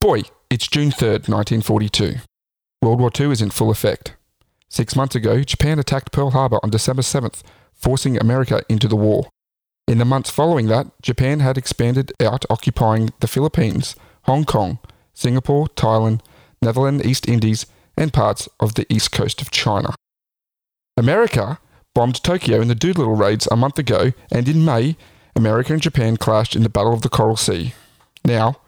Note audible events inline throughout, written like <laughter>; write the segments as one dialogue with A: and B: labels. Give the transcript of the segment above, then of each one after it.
A: Boy, it's June 3rd, 1942. World War II is in full effect. Six months ago, Japan attacked Pearl Harbor on December 7th, forcing America into the war. In the months following that, Japan had expanded out, occupying the Philippines, Hong Kong, Singapore, Thailand, Netherlands, East Indies, and parts of the east coast of China. America bombed Tokyo in the Doolittle raids a month ago, and in May, America and Japan clashed in the Battle of the Coral Sea. Now,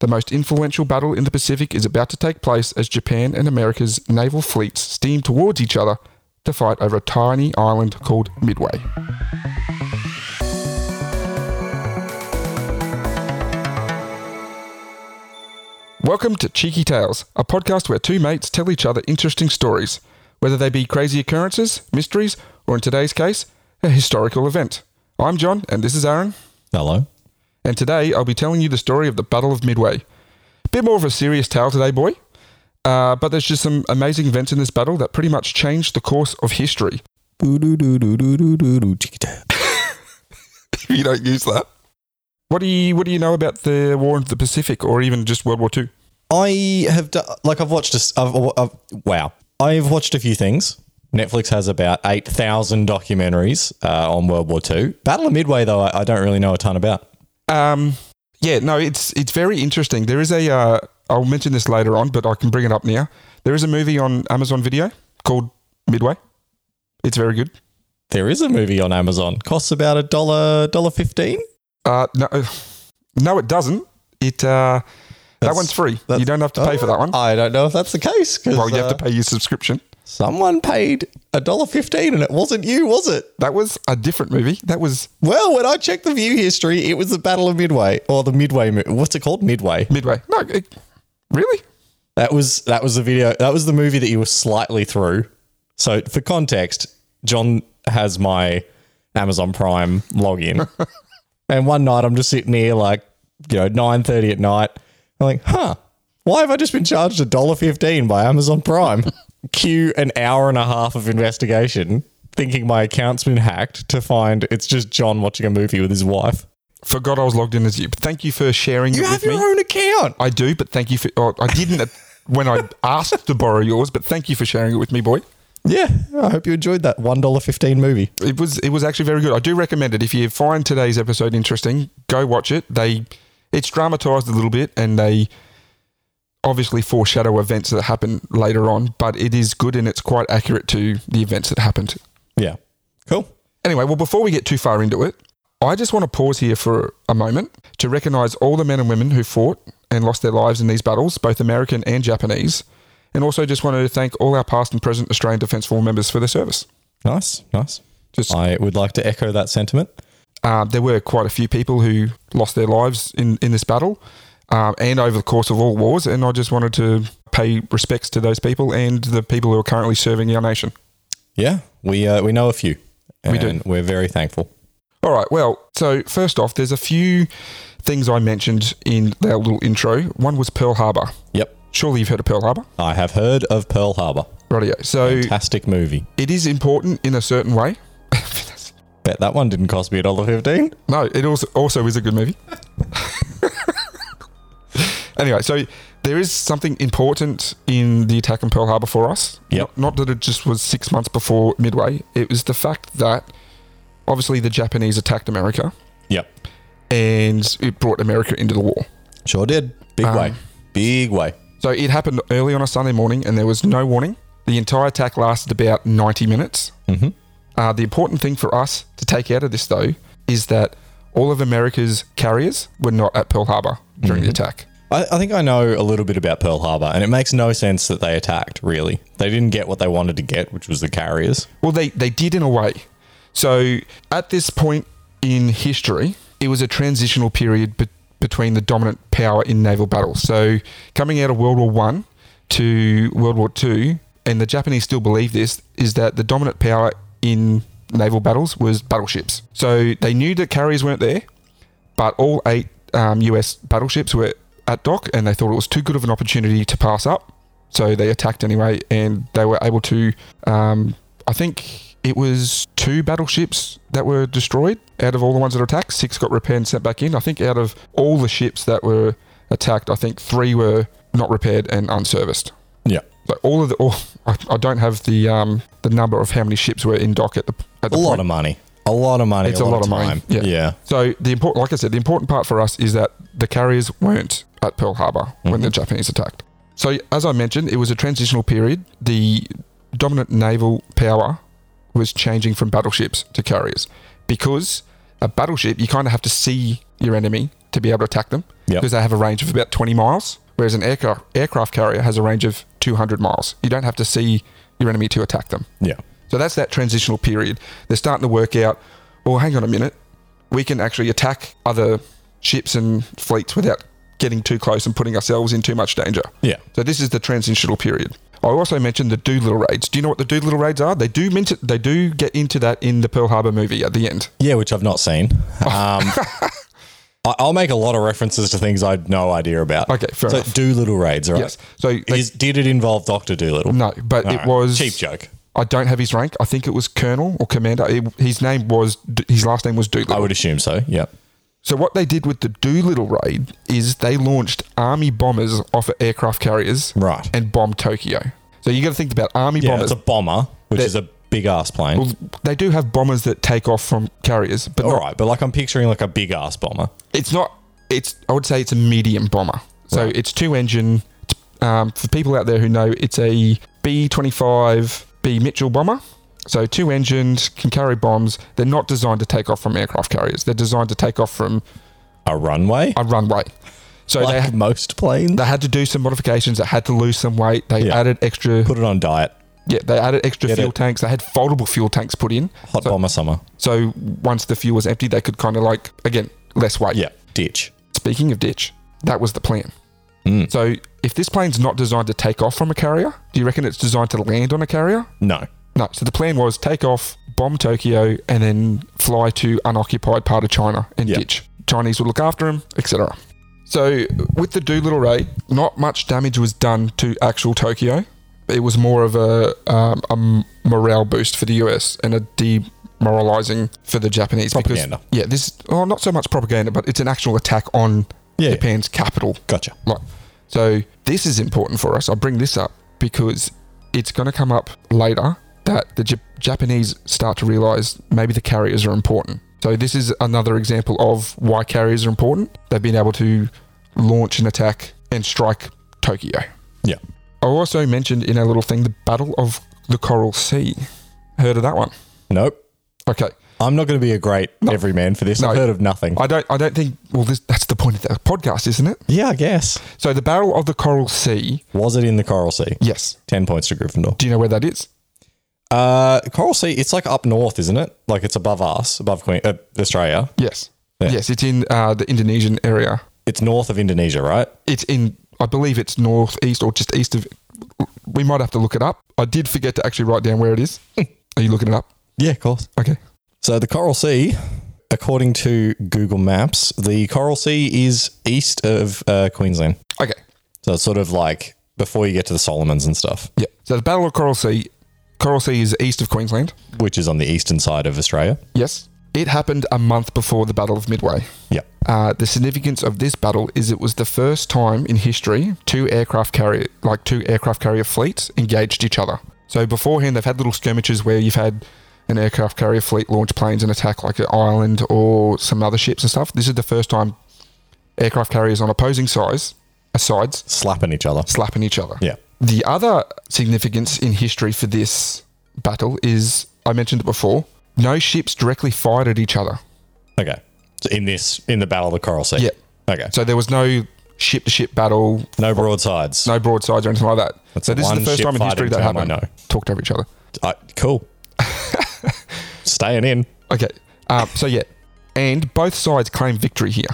A: the most influential battle in the Pacific is about to take place as Japan and America's naval fleets steam towards each other to fight over a tiny island called Midway. Welcome to Cheeky Tales, a podcast where two mates tell each other interesting stories, whether they be crazy occurrences, mysteries, or in today's case, a historical event. I'm John, and this is Aaron.
B: Hello.
A: And today I'll be telling you the story of the Battle of Midway. Bit more of a serious tale today, boy. Uh, but there's just some amazing events in this battle that pretty much changed the course of history. <laughs>
B: Well,
A: If you don't use that, what do you what do you know about the War of the Pacific or even just World War Two?
B: I have done, like I've watched this. I've, I've, wow, I've watched a few things. Netflix has about eight thousand documentaries uh, on World War II. Battle of Midway, though, I, I don't really know a ton about.
A: Um, yeah, no, it's it's very interesting. There is a uh, I'll mention this later on, but I can bring it up now. There is a movie on Amazon Video called Midway. It's very good.
B: There is a movie on Amazon. Costs about a dollar, dollar fifteen.
A: Uh, no, no, it doesn't. It uh, that
B: That's-
A: one's free.
B: that's- Oh,
A: You don't have to pay for that one.
B: I don't know if that's the case because
A: Well, you have to pay your subscription.
B: someone paid a dollar fifteen, and it wasn't you, was it?
A: That was a different movie. That was
B: Well, when I checked the view history, it was the Battle of Midway or the Midway. mo- What's it called? Midway.
A: Midway. No, it, really?
B: That was that was the video. That was the movie that you were slightly through. So for context, John has my Amazon Prime <laughs> login, and one night I'm just sitting here like you know nine thirty at night. I'm like, huh? Why have I just been charged a dollar fifteen by Amazon Prime? <laughs> Cue an hour and a half of investigation, thinking my account's been hacked to find it's just John watching a movie with his wife.
A: Forgot I was logged in as you. But thank you for sharing
B: You
A: it
B: have
A: with
B: your
A: me.
B: own account.
A: I do, but thank you for. Oh, I didn't at- when
B: <laughs>
A: I asked to borrow yours, but thank you for sharing it with me, boy.
B: Yeah, I hope you enjoyed that one dollar fifteen movie.
A: It was it was actually very good. I do recommend it. If you find today's episode interesting, go watch it. They it's dramatized a little bit, and they obviously foreshadow events that happen later on. But it is good, and it's quite accurate to the events that happened.
B: Yeah, cool.
A: Anyway, well, before we get too far into it, I just want to pause here for a moment to recognize all the men and women who fought and lost their lives in these battles, both American and Japanese. And also just wanted to thank all our past and present Australian Defence Force members for their service.
B: Nice, nice.
A: Just-
B: I would like to echo that sentiment.
A: Uh, there were quite a few people who lost their lives in, in this battle um, and over the course of all wars. And I just wanted to pay respects to those people and the people who are currently serving our nation.
B: Yeah, we uh, we know a few. And
A: We do.
B: We're very thankful.
A: All right. Well, so first off, there's a few things I mentioned in our little intro. One was Pearl Harbor.
B: Yep,
A: Surely you've heard of Pearl Harbor,
B: I have heard of Pearl Harbor.
A: rightio. So
B: Fantastic movie.
A: it is important in a certain way. <laughs>
B: Bet that one didn't cost me a dollar fifteen.
A: no, it also also is a good movie. <laughs> anyway, so there is something important in the attack on Pearl Harbor for us.
B: Yep.
A: Not that it just was six months before Midway. It was the fact that obviously the Japanese attacked America
B: Yep,
A: and it brought America into the war.
B: sure did. Big
A: Um,
B: way, big way.
A: So it happened early on a Sunday morning, and there was no warning. The entire attack lasted about 90 minutes.
B: Mhm.
A: Uh, the important thing for us to take out of this, though, is that all of America's carriers were not at Pearl Harbor during the attack.
B: I, I think I know a little bit about Pearl Harbor, and it makes no sense that they attacked. Really, they didn't get what they wanted to get, which was the carriers.
A: Well, they, they did in a way. So at this point in history, it was a transitional period be- between the dominant power in naval battles. So coming out of World War One to World War Two, and the Japanese still believe this, is that the dominant power in naval battles was battleships. So they knew that carriers weren't there, but all eight um, U.S. battleships were at dock, and they thought it was too good of an opportunity to pass up. So they attacked anyway, and they were able to. Um, I think it was two battleships that were destroyed out of all the ones that were attacked. Six got repaired and sent back in. I think out of all the ships that were attacked. I think three were not repaired and unserviced.
B: Yeah.
A: So all of the, all, <laughs> I, I don't have the um, the number of how many ships were in dock at the at the
B: A lot
A: point.
B: of money. A lot of money.
A: It's
B: a lot, of
A: money,
B: time.
A: yeah.
B: yeah.
A: So the important, like I said, the important part for us is that the carriers weren't at Pearl Harbor when the Japanese attacked. So as I mentioned, it was a transitional period. The dominant naval power was changing from battleships to carriers because a battleship you kind of have to see your enemy to be able to attack them
B: Yep.
A: because they have a range of about 20 miles, whereas an aircraft aircraft carrier has a range of 200 miles. You don't have to see your enemy to attack them.
B: Yeah.
A: So that's that transitional period. They're starting to work out, well, hang on a minute. We can actually attack other ships and fleets without getting too close and putting ourselves in too much danger.
B: Yeah.
A: So this is the transitional period. I also mentioned the Doolittle raids. Do you know what the Doolittle raids are? They do mint- they do get into that in the Pearl Harbor movie at the end.
B: Yeah, which I've
A: <laughs>
B: not seen. Um, I- I'll make a lot of references to things I'd no idea about.
A: Okay, fair
B: so
A: enough.
B: Doolittle raids, all right?
A: Yes. So they-
B: Is, did it involve Doctor Doolittle?
A: no, but
B: All
A: it
B: right.
A: was
B: cheap joke.
A: I don't have his rank. I think it was Colonel or Commander. It- his name was his last name was Doolittle.
B: I would assume so. Yep.
A: So what they did with the Doolittle raid is they launched army bombers off of aircraft carriers
B: Right.
A: and bombed Tokyo. So you got to think about army
B: Yeah,
A: bombers.
B: it's a bomber, which
A: That-
B: is a big Oh. ass plane.
A: Well, they do have bombers that take off from carriers, but
B: all
A: not,
B: right, but like I'm picturing like a big ass bomber.
A: it's not. It's I would say it's a medium bomber. So it's two engine. t- Um, for people out there who know, it's a B twenty five B Mitchell bomber. So two engines can carry bombs. They're not designed to take off from aircraft carriers. They're designed to take off from
B: A runway?
A: a runway. Uh, So they
B: like most planes.
A: they had to do some modifications. They had to lose some weight. They
B: Yeah.
A: added extra.
B: Put it on diet.
A: Yeah, they added extra
B: Yeah,
A: fuel
B: they-
A: tanks. They had foldable fuel tanks put in.
B: Hot
A: So,
B: bomber summer.
A: so once the fuel was empty, they could kind of like again less weight.
B: Yeah. Ditch. Mm.
A: Speaking of ditch, that was the plan. So if this plane's not designed to take off from a carrier, do you reckon it's designed to land on a carrier?
B: No.
A: No. So the plan was take off, bomb Tokyo, and then fly to unoccupied part of China and
B: Yeah.
A: ditch. Chinese would look after him, etc. So with the Doolittle raid, not much damage was done to actual Tokyo. It was more of a, um, a m- morale boost for the US and a demoralizing for the Japanese.
B: Propaganda.
A: Because, yeah, this, oh, not so much propaganda, but it's an actual attack on
B: Yeah.
A: Japan's capital.
B: Gotcha.
A: Right. So this is important for us. I bring this up because it's going to come up later that the J- Japanese start to realize maybe the carriers are important. So this is another example of why carriers are important. They've been able to launch an attack and strike Tokyo.
B: Yeah.
A: I also mentioned in our little thing the Battle of the Coral Sea. Heard of that one?
B: Nope.
A: Okay.
B: I'm not going to be a great everyman for this.
A: No.
B: I've heard of nothing.
A: I don't I don't think well this that's the point of the podcast, isn't it?
B: yeah, I guess.
A: So the Battle of the Coral Sea.
B: Was it in the Coral Sea?
A: Yes.
B: 10 points to Gryffindor.
A: Do you know where that is?
B: Uh, Coral Sea, it's like up north, isn't it? Like it's above us, above Queen, uh, Australia.
A: Yes.
B: Yeah.
A: Yes, it's in uh, the Indonesian area.
B: It's north of Indonesia, right?
A: It's in, I believe it's northeast or just east of. We might have to look it up. I did forget to actually write down where it <laughs> is. Are you looking it up?
B: Yeah, of course.
A: Okay.
B: So the Coral Sea, according to Google Maps, the Coral Sea is east of uh, Queensland.
A: Okay.
B: So it's sort of like before you get to the Solomons and stuff,
A: Yeah. So the Battle of Coral Sea, Coral Sea is east of Queensland.
B: which is on the eastern side of Australia.
A: Yes. It happened a month before the Battle of Midway.
B: Yeah.
A: Uh, the significance of this battle is it was the first time in history two aircraft carrier, like two aircraft carrier fleets, engaged each other. So beforehand, they've had little skirmishes where you've had an aircraft carrier fleet launch planes and attack like an island or some other ships and stuff. This is the first time aircraft carriers on opposing sides, uh, sides
B: Slapping each other.
A: slapping each other.
B: Yeah.
A: The other significance in history for this battle is I mentioned it before. No ships directly fired at each other.
B: Okay. So in this, in the Battle of the Coral Sea.
A: Yeah.
B: Okay.
A: So there was no ship to ship battle,
B: No broadsides.
A: no broadsides or anything like that.
B: That's
A: so
B: the
A: this is the
B: one
A: first
B: ship
A: time in history
B: fighting
A: that
B: term I
A: happened.
B: know.
A: Talked over each other.
B: Uh, <laughs> cool. Staying in.
A: Okay. Um, so yeah, and both sides claim victory here.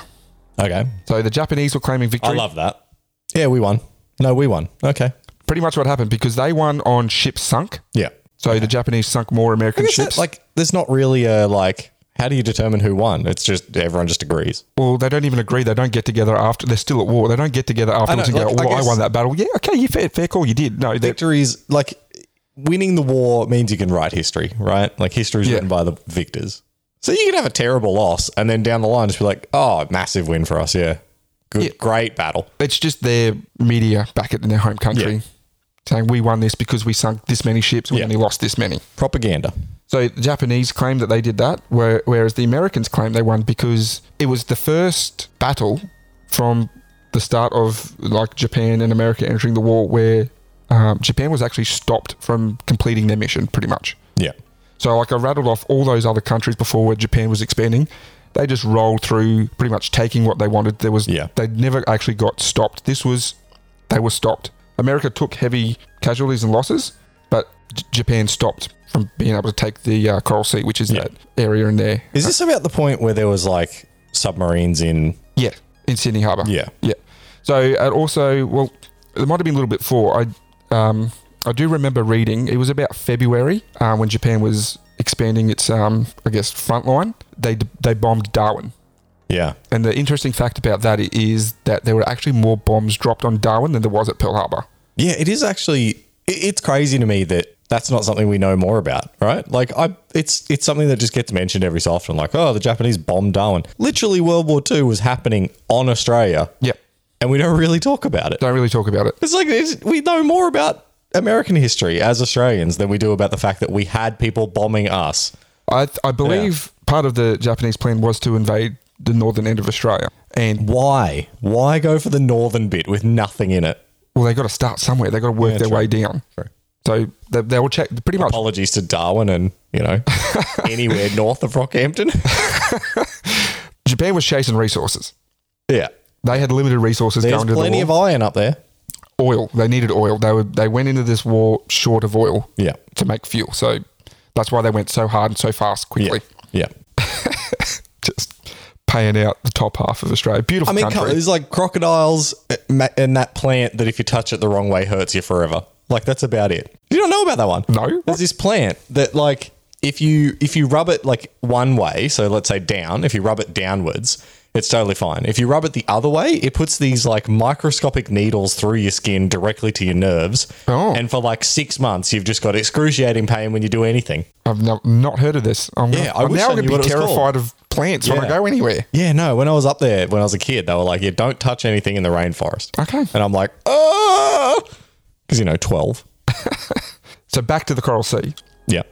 B: Okay.
A: So the Japanese were claiming
B: I
A: victory.
B: love that. Yeah, we won. No, we won. Okay.
A: Pretty much what happened because they won on ships sunk.
B: Yeah.
A: So the Japanese sunk more American ships.
B: like, there's not really a, like, how do you determine who won? It's just everyone just agrees.
A: well, they don't even agree. They don't get together after. They're still at war. They don't get together afterwards
B: know,
A: and
B: like,
A: go,
B: I
A: "Well, I,
B: guess-
A: won that battle." Yeah, okay, you fair, fair call. You did. No, they,
B: Victories, like, winning the war means you can write history, right? Like, history is
A: Yeah.
B: written by the victors. So you can have a terrible loss and then down the line just be like, oh, massive win for us. Yeah. Good, great battle.
A: It's just their media back in their home country
B: Yeah.
A: saying we won this because we sunk this many ships, we
B: Yeah.
A: only lost this many.
B: Propaganda.
A: So the Japanese claim that they did that, where- whereas the Americans claim they won because it was the first battle from the start of like Japan and America entering the war where um, Japan was actually stopped from completing their mission, pretty much.
B: Yeah.
A: So like I rattled off all those other countries before where Japan was expanding. They just rolled through, pretty much taking what they wanted. There was
B: Yeah.
A: they never actually got stopped. This was they were stopped. America took heavy casualties and losses, but J- Japan stopped from being able to take the uh, Coral Sea, which is
B: Yeah.
A: that area in there.
B: Is this about the point where there was like submarines in?
A: Yeah, uh, in Sydney Harbour.
B: Yeah.
A: Yeah. So it also, well, it might have been a little bit before. I, um, I do remember reading. It was about February uh, when Japan was expanding its, um, I guess, front line. They they bombed Darwin,
B: Yeah.
A: and the interesting fact about that is that there were actually more bombs dropped on Darwin than there was at Pearl Harbor.
B: Yeah, it is actually. it- It's crazy to me that that's not something we know more about, right? Like, I it's it's something that just gets mentioned every so often. Like, oh, the Japanese bombed Darwin. Literally, World War II was happening on Australia,
A: Yep.
B: and we don't really talk about it.
A: Don't really talk about it.
B: It's like it's, we know more about American history as Australians than we do about the fact that we had people bombing us.
A: I I believe part of the Japanese plan was to invade the northern end of Australia, and
B: Why? Why go for the northern bit with nothing in it?
A: well, they got to start somewhere. They got to work their way down.
B: True.
A: So they, they will check pretty much
B: Apologies to Darwin and you know anywhere north of Rockhampton.
A: Japan was chasing resources.
B: yeah,
A: They had limited resources
B: there's
A: going to
B: plenty
A: the
B: of
A: war.
B: iron up there.
A: oil. They needed oil. They were they went into this war short of oil
B: Yeah.
A: to make fuel. So that's why they went so hard and so fast quickly.
B: Yeah.
A: Just paying out the top half of Australia. Beautiful
B: I mean,
A: country.
B: there's like crocodiles eh, ma- and that plant that if you touch it the wrong way hurts you forever. Like that's about it. You don't know about that one?
A: No.
B: There's this plant that like if you if you rub it like one way, so let's say down, if you rub it downwards, it's totally fine. If you rub it the other way, it puts these like microscopic needles through your skin directly to your nerves.
A: Oh.
B: And for like six months, you've just got excruciating pain when you do anything.
A: I've no, not heard of this. I'm,
B: Yeah, I
A: I'm
B: wish
A: now
B: I
A: going
B: knew
A: to
B: what
A: be
B: it was called.
A: terrified of plants when I
B: Yeah.
A: go anywhere.
B: Yeah, no. When I was up there when I was a kid, they were like, "Yeah, don't touch anything in the rainforest."
A: Okay.
B: and I'm like, oh, because you know, twelve.
A: So back to the Coral Sea.
B: Yeah,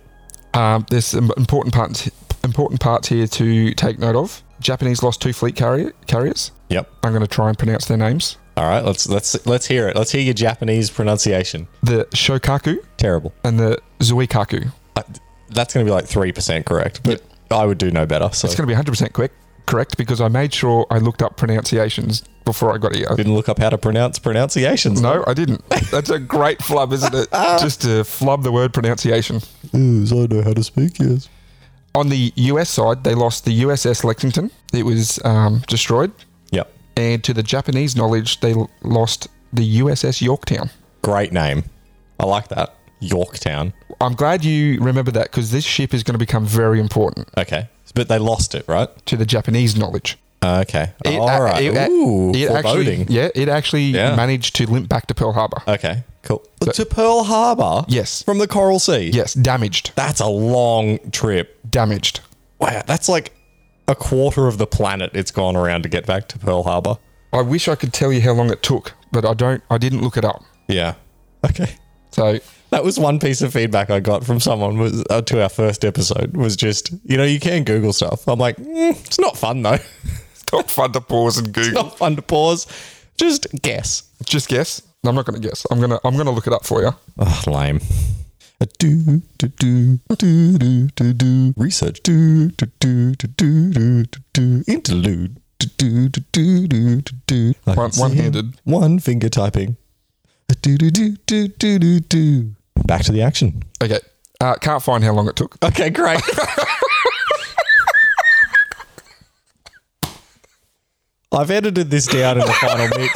A: Um, there's some important parts important parts here to take note of. Japanese lost two fleet carrier, carriers.
B: yep.
A: I'm going to try and pronounce their names.
B: All right, let's let's let's hear it. Let's hear your Japanese pronunciation.
A: The Shokaku
B: Terrible.
A: and the Zuikaku.
B: I, that's going to be like three percent correct, but I would do no better. So
A: It's going to be 100% quick, correct because I made sure I looked up pronunciations before I got here.
B: didn't look up how to pronounce pronunciations.
A: No, I didn't. That's a great flub, isn't it? Just to flub the word pronunciation.
B: I know how to speak. Yes.
A: On the US side, they lost the USS Lexington. It was um, destroyed.
B: Yep.
A: And to the Japanese knowledge, they l- lost the USS Yorktown.
B: Great name. I like that. Yorktown.
A: I'm glad you remember that because this ship is going to become very important
B: Okay, but they lost it, right?
A: to the Japanese knowledge.
B: Okay.
A: It,
B: All
A: a-
B: right.
A: it a-
B: Ooh,
A: it
B: foreboding.
A: actually, yeah, it actually
B: Yeah.
A: managed to limp back to Pearl Harbor.
B: Okay, cool. to Pearl Harbor?
A: Yes.
B: From the Coral Sea?
A: Yes, damaged.
B: That's a long trip.
A: Damaged.
B: Wow, that's like a quarter of the planet it's gone around to get back to Pearl Harbor.
A: I wish I could tell you how long it took, but I don't. I didn't look it up.
B: Yeah. Okay.
A: So <laughs>
B: That was one piece of feedback I got from someone was, uh, to our first episode was just, you know, you can Google stuff. I'm like, mm, it's not fun though. <laughs>
A: it's not fun to pause and Google.
B: not fun to pause. Just guess.
A: Just guess. I'm not going to guess. I'm gonna. I'm gonna look it up for you.
B: Oh, lame. Do do do do do do do research do do do do do do do do interlude do do do do do do do I
A: One-
B: can see him.
A: one-handed.
B: one finger typing do do do do do do do back to the action
A: Okay. Uh, can't find how long it took. <laughs>
B: okay great I've edited this down in the final mix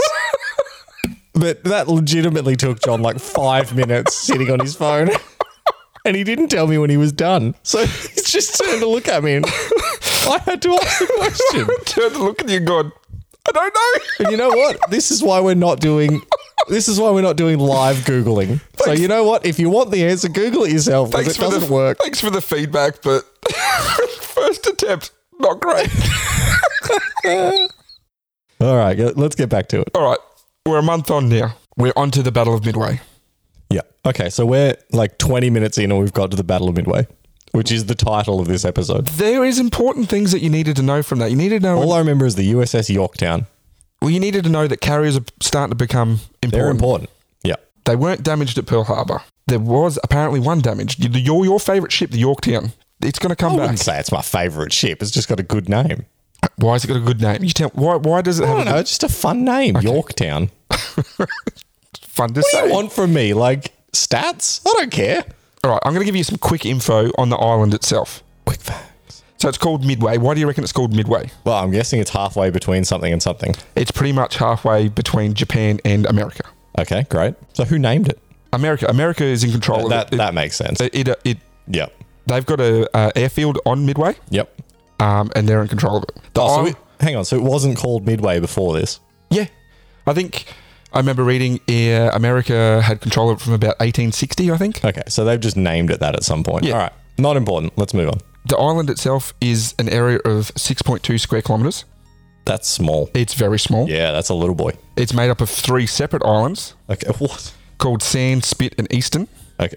B: but that legitimately took John like five minutes sitting on his phone. And he didn't tell me when he was done. So he's just turned to look at me and I had to ask the question.
A: Turn to look at you, God. I don't know.
B: And you know what? This is why we're not doing this is why we're not doing live Googling. So you know what? If you want the answer, Google it yourself because it doesn't
A: the
B: work.
A: Thanks for the feedback, but <laughs> first attempt not great.
B: All right, g- let's get back to it.
A: <laughs> All right, we're a month on now. We're on to the Battle of Midway.
B: Yeah. Okay, so we're like 20 minutes in and we've got to the Battle of Midway, which is the title of this episode.
A: There is important things that you needed to know from that. You needed to know.
B: All I remember is the USS Yorktown.
A: well, you needed to know that carriers are starting to become
B: They're
A: important.
B: important. Yeah.
A: They weren't damaged at Pearl Harbor. There was apparently one damaged. You- Your your favorite ship, the Yorktown. It's going to come
B: I
A: back.
B: wouldn't say Oh, it's my favorite ship. It's just got a good name.
A: Why has it got a good name? You tell why why does it
B: I
A: have a
B: don't know. It's just a fun name, Yorktown.
A: fun to
B: What do
A: say?
B: you want from me? Like stats? I don't care.
A: All right, I'm going to give you some quick info on the island itself.
B: Quick facts.
A: So it's called Midway. Why do you reckon it's called Midway?
B: Well, I'm guessing it's halfway between something and something.
A: It's pretty much halfway between Japan and America.
B: Okay, great. So who named it?
A: America, America is in control
B: That
A: of it.
B: that makes sense.
A: It, it, it,
B: Yep.
A: they've got a uh, airfield on Midway,
B: Yep.
A: um, and they're in control of it. The
B: Oh, so
A: isl-
B: it, hang on. So it wasn't called Midway before this.
A: yeah, I think I remember reading uh, America had control of it from about 1860. I think
B: Okay, so they've just named it that at some point.
A: Yeah.
B: All right. Not important. Let's move on.
A: the island itself is an area of 6.2 square kilometers.
B: That's small.
A: It's very small.
B: Yeah, that's a little boy.
A: It's made up of three separate islands <laughs>
B: Okay. What?
A: called Sand, Spit, and Eastern.
B: Okay.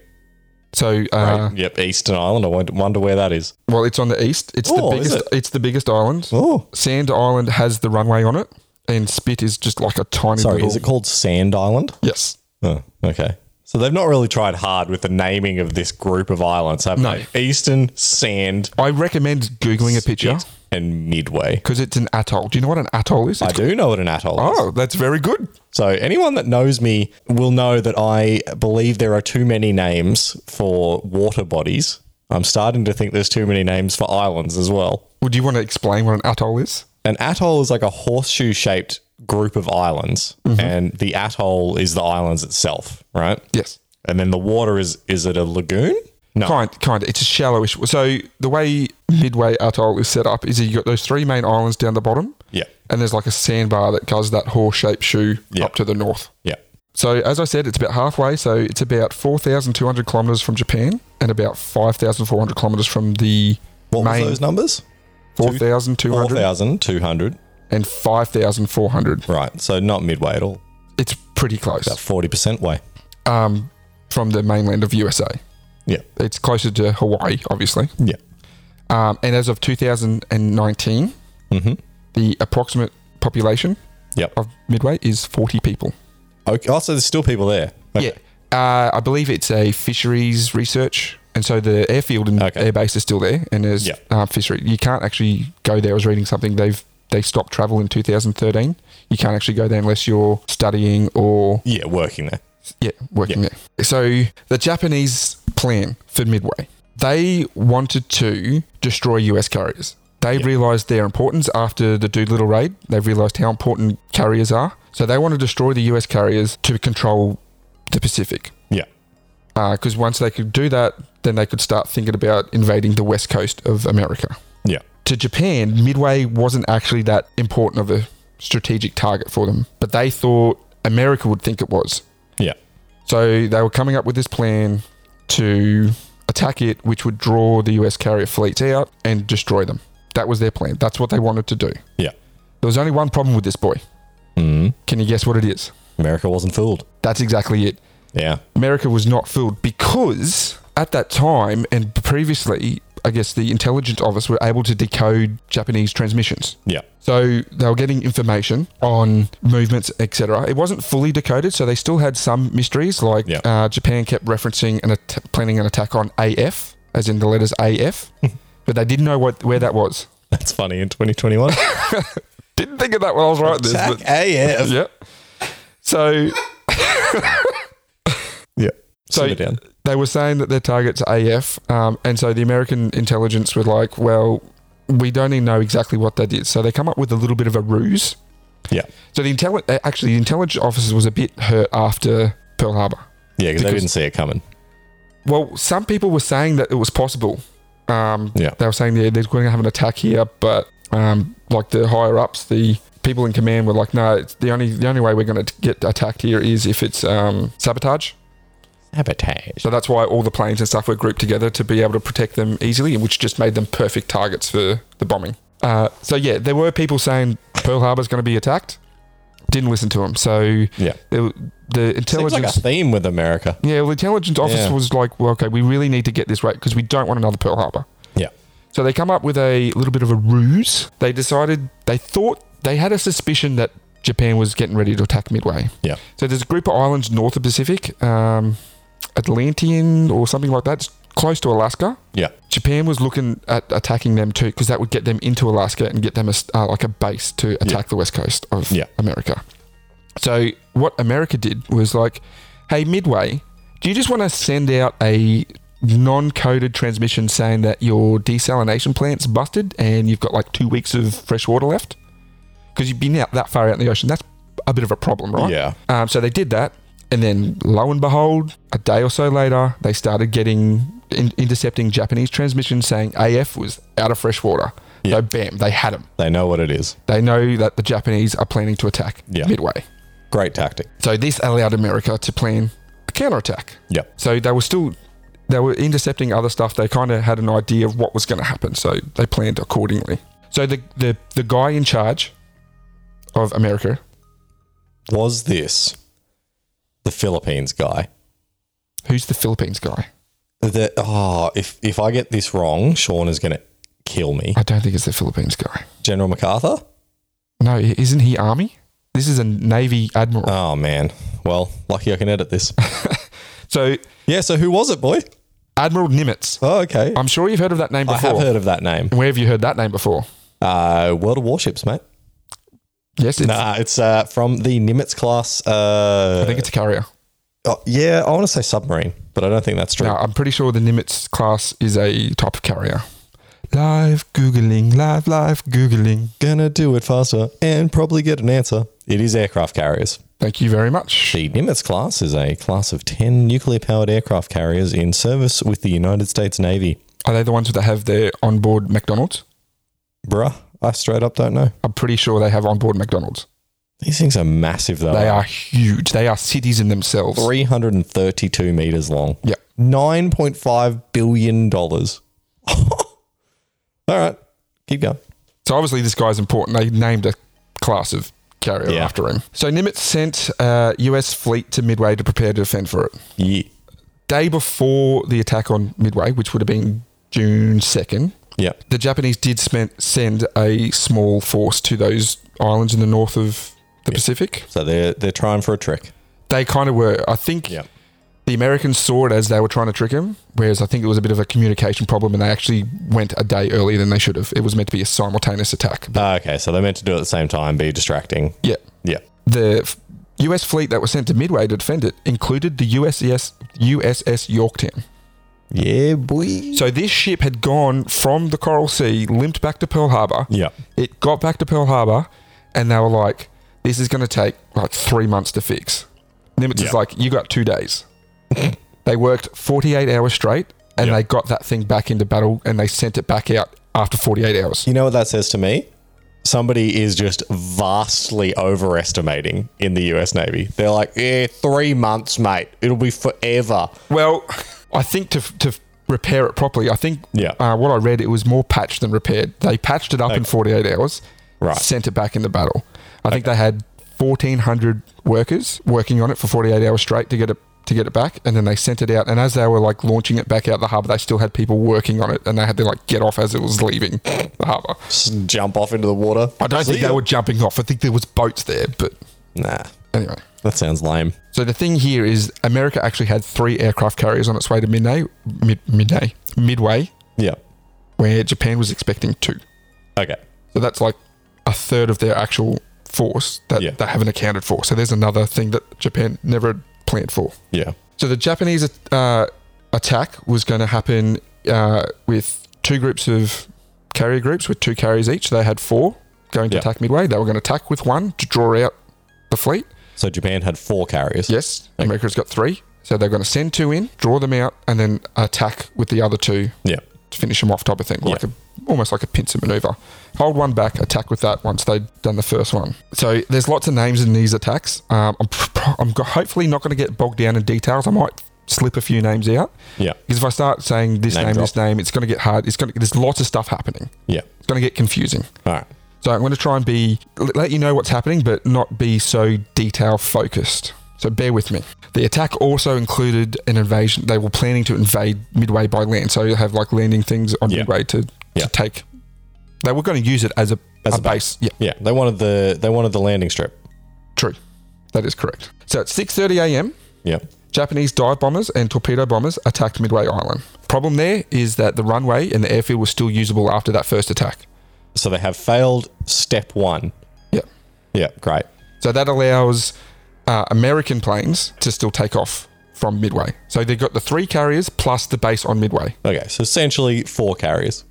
A: So, uh,
B: Right. yep. Eastern Island. I wonder- wonder where that is.
A: well, it's on the east. It's
B: Oh,
A: the
B: is
A: biggest.
B: it?
A: It's the biggest island.
B: Oh.
A: Sand Island has the runway on it, and Spit is just like a tiny
B: Sorry.
A: little.
B: Is it called Sand Island?
A: yes.
B: Oh, okay. So they've not really tried hard with the naming of this group of islands, have
A: No.
B: they? Eastern, Sand,
A: I recommend googling a picture
B: and Midway.
A: because it's an atoll. Do you know what an atoll is?
B: I
A: It's-
B: do know what an atoll is.
A: oh, that's very good.
B: So anyone that knows me will know that I believe there are too many names for water bodies. I'm starting to think there's too many names for islands as well.
A: Would you want to explain what an atoll is?
B: An atoll is like a horseshoe shaped group of islands,
A: Mm-hmm.
B: and the atoll is the islands itself, right?
A: Yes.
B: And then the water is is it a lagoon? No.
A: Kind, kind. It's a shallowish. So the way Midway Atoll is set up is you got those three main islands down the bottom,
B: Yeah.
A: and there's like a sandbar that goes that horse-shaped shoe
B: Yeah.
A: up to the north.
B: Yeah.
A: So, as I said, it's about halfway. So, it's about 4,200 kilometres from Japan and about 5,400 kilometres from the
B: What
A: main
B: were those numbers?
A: 4,200
B: 4,200.
A: and 5,400.
B: Right. So not midway at all.
A: It's pretty close
B: About 40% way.
A: um, from the mainland of USA.
B: Yeah.
A: It's closer to Hawaii, obviously.
B: Yeah.
A: Um, and as of 2019,
B: Mm-hmm.
A: the approximate population
B: Yep.
A: of Midway is 40 people.
B: Okay. Oh, so there's still people there.
A: Yeah.
B: Okay.
A: Uh, I believe it's a fisheries research. And so the airfield and
B: Okay.
A: airbase is still there, and there's
B: Yeah.
A: uh, fishery. You can't actually go there. I was reading something. They've they stopped travel in 2013. You can't actually go there unless you're studying or
B: Yeah, working there.
A: yeah working there. So the Japanese plan for Midway, they wanted to destroy U.S. carriers. They
B: Yeah.
A: realized their importance after the Doolittle raid. They've realized how important carriers are. So they want to destroy the U.S. carriers to control the Pacific
B: Yeah.
A: because once they could do that, then they could start thinking about invading the west coast of America.
B: Yeah.
A: To Japan, Midway wasn't actually that important of a strategic target for them, but they thought America would think it was.
B: Yeah.
A: So they were coming up with this plan to attack it, which would draw the US carrier fleets out and destroy them. That was their plan. That's what they wanted to do.
B: Yeah.
A: There was only one problem with this boy.
B: Mm.
A: Can you guess what it is?
B: America wasn't fooled.
A: That's exactly it.
B: Yeah. <laughs>
A: America was not fooled because at that time and previously, I guess the intelligence office were able to decode Japanese transmissions.
B: Yeah.
A: So they were getting information on movements, etc. It wasn't fully decoded, so they still had some mysteries. Like
B: Yeah.
A: uh, Japan kept referencing and at- planning an attack on AF, as in the letters
B: <laughs>
A: AF, but they didn't know what where that was.
B: That's funny in 2021.
A: Didn't think of that when I was writing this. But,
B: AF.
A: yeah. So
B: Yeah.
A: So-
B: So, it down.
A: they were saying that their target's AF, um, and so the American intelligence were like, "Well, we don't even know exactly what that is." So they come up with a little bit of a ruse.
B: Yeah.
A: So the intelli- uh, actually the intelligence officers was a bit hurt after Pearl Harbor.
B: Yeah, because they
A: Because-
B: didn't see it coming.
A: Well, some people were saying that it was possible. Um,
B: Yeah.
A: They were saying yeah, they're going to have an attack here, but um, like the higher ups, the people in command were like, "No, it's the only the only way we're going to get attacked here is if it's um, sabotage."
B: Sabotage.
A: So that's why all the planes and stuff were grouped together to be able to protect them easily, which just made them perfect targets for the bombing. Uh, so yeah, there were people saying Pearl Harbor's going to be attacked. Didn't listen to them. So
B: Yeah.
A: the, the
B: Seems
A: intelligence.
B: like a theme with America.
A: Yeah, well, the intelligence office
B: Yeah.
A: was like, well, okay, we really need to get this right because we don't want another Pearl Harbor.
B: Yeah.
A: So they come up with a little bit of a ruse. They decided, they thought, they had a suspicion that Japan was getting ready to attack Midway.
B: Yeah.
A: So there's a group of islands north of Pacific, um, Atlantean or something like that, it's close to Alaska.
B: Yeah.
A: Japan was looking at attacking them too because that would get them into Alaska and get them a, s- uh, like a base to attack the west coast of
B: Yeah.
A: America. So what America did was like, hey Midway, do you just want to send out a non-coded transmission saying that your desalination plant's busted and you've got like two weeks of fresh water left? Because you've been out that far out in the ocean. That's a bit of a problem, right?
B: Yeah.
A: Um, so they did that, and then lo and behold, a day or so later, they started getting in, intercepting Japanese transmissions saying AF was out of fresh water.
B: Yeah.
A: So bam, they had them.
B: They know what it is.
A: They know that the Japanese are planning to attack
B: Yeah.
A: Midway.
B: Great tactic.
A: So this allowed America to plan a counterattack.
B: Yeah.
A: So they were still they were intercepting other stuff. They kind of had an idea of what was going to happen, so they planned accordingly. So the, the the guy in charge of America,
B: Was this the Philippines guy?
A: who's the Philippines guy?
B: That oh, if if I get this wrong, Sean is going to kill me.
A: I don't think it's the Philippines guy.
B: General MacArthur.
A: No, i- isn't he army? This is a navy admiral.
B: Oh man. Well, lucky I can edit
A: <laughs>
B: this.
A: so
B: yeah. So who was it, boy?
A: Admiral Nimitz.
B: Oh, okay.
A: I'm sure you've heard of that name
B: I
A: before.
B: have heard of that name.
A: Where have you heard that name before?
B: Uh, World of Warships, mate.
A: Yes, it's,
B: Nah, it's uh, from the Nimitz class. Uh,
A: I think it's a carrier.
B: oh, yeah, I want to say submarine, but I don't think that's true.
A: No, I'm pretty sure the Nimitz class is a type of carrier. Live googling, live, live googling.
B: Gonna do it faster and probably get an answer. It is aircraft carriers.
A: Thank you very much.
B: The Nimitz class is a class of 10 nuclear powered aircraft carriers in service with the United States Navy.
A: Are they the ones that have their onboard McDonald's?
B: Bruh, I straight up don't know.
A: I'm pretty sure they have onboard McDonald's.
B: These things are massive though.
A: They are huge. They are cities in themselves.
B: 332 meters long.
A: Yep.
B: $9.5 billion. <laughs> All right, keep going.
A: So obviously this guy's important. They named a class of carrier
B: Yeah.
A: after him. So Nimitz sent uh, U.S. fleet to Midway to prepare to defend for it.
B: Yeah.
A: Day before the attack on Midway, which would have been June second,
B: Yep.
A: the Japanese did spend, send a small force to those islands in the north of the Pacific.
B: So they're, they're trying for a trick.
A: They kind of were. I think
B: Yep.
A: the Americans saw it as they were trying to trick him, whereas I think it was a bit of a communication problem, and they actually went a day earlier than they should have. It was meant to be a simultaneous attack.
B: Ah, okay, so they meant to do it at the same time, be distracting.
A: Yeah.
B: Yeah.
A: The f- US fleet that was sent to Midway to defend it included the USS, USS Yorktown.
B: Yeah, boy.
A: So this ship had gone from the Coral Sea, limped back to Pearl Harbor.
B: Yeah.
A: It got back to Pearl Harbor, and they were like, this is going to take like three months to fix. Nimitz
B: Yeah.
A: is like, you got two
B: <laughs>
A: days. they worked 48 hours straight, and
B: Yeah.
A: they got that thing back into battle, and they sent it back out after 48 hours.
B: You know what that says to me? Somebody is just vastly overestimating in the US Navy. They're like, yeah, three months, mate. It'll be forever.
A: Well, I think to to repair it properly, I think
B: Yeah.
A: uh, what I read it was more patched than repaired. They patched it up in 48 hours,
B: Right.
A: Sent it back in the battle. I think they had 1,400 workers working on it for 48 hours straight to get it to get it back, and then they sent it out. And as they were like launching it back out the harbour, they still had people working on it, and they had to like get off as it was leaving the harbour.
B: Just jump off into the water.
A: I don't
B: See
A: think they
B: ya.
A: were jumping off. I think there was boats there, but
B: Nah,
A: anyway.
B: that sounds lame.
A: So the thing here is America actually had three aircraft carriers on its way to midday, mid, midday, midway,
B: Yeah.
A: where Japan was expecting two.
B: Okay.
A: So that's like a third of their actual force that
B: Yeah.
A: they haven't accounted for. So there's another thing that Japan never planned for.
B: Yeah.
A: So the Japanese uh, attack was going to happen uh, with two groups of carrier groups with two carriers each. They had four going to
B: Yeah.
A: attack midway. They were going to attack with one to draw out the fleet.
B: So Japan had four carriers.
A: Yes,
B: Okay.
A: America's got three. So they're going to send two in, draw them out, and then attack with the other two
B: Yeah.
A: to finish them off type of thing, like a, almost like a pincer maneuver. Hold one back, attack with that once they've done the first one. So there's lots of names in these attacks. Um, I'm, pr- pr- I'm go- hopefully not going to get bogged down in details. I might slip a few names out
B: Yeah.
A: because if I start saying this
B: Name
A: name,
B: drop.
A: this name, it's going to get hard. It's going to, there's lots of stuff happening.
B: Yeah.
A: It's going to get confusing.
B: All right.
A: So I'm going to try and be l- let you know what's happening, but not be so detail focused. So bear with me. The attack also included an invasion. They were planning to invade Midway by land. So you'll have like landing things on
B: Yeah.
A: Midway to,
B: Yeah.
A: to take. They were going to use it as a,
B: As
A: a,
B: a
A: base. Yeah,
B: Yeah. They wanted the they wanted the landing strip.
A: true. That is correct. So at 6:30 a.m.,
B: Yeah.
A: Japanese dive bombers and torpedo bombers attacked Midway Island. Problem there is that the runway and the airfield was still usable after that first attack.
B: So they have failed step one.
A: Yep.
B: Yeah. Great.
A: So that allows uh, American planes to still take off from Midway. So they've got the three carriers plus the base on Midway.
B: Okay. So essentially four carriers.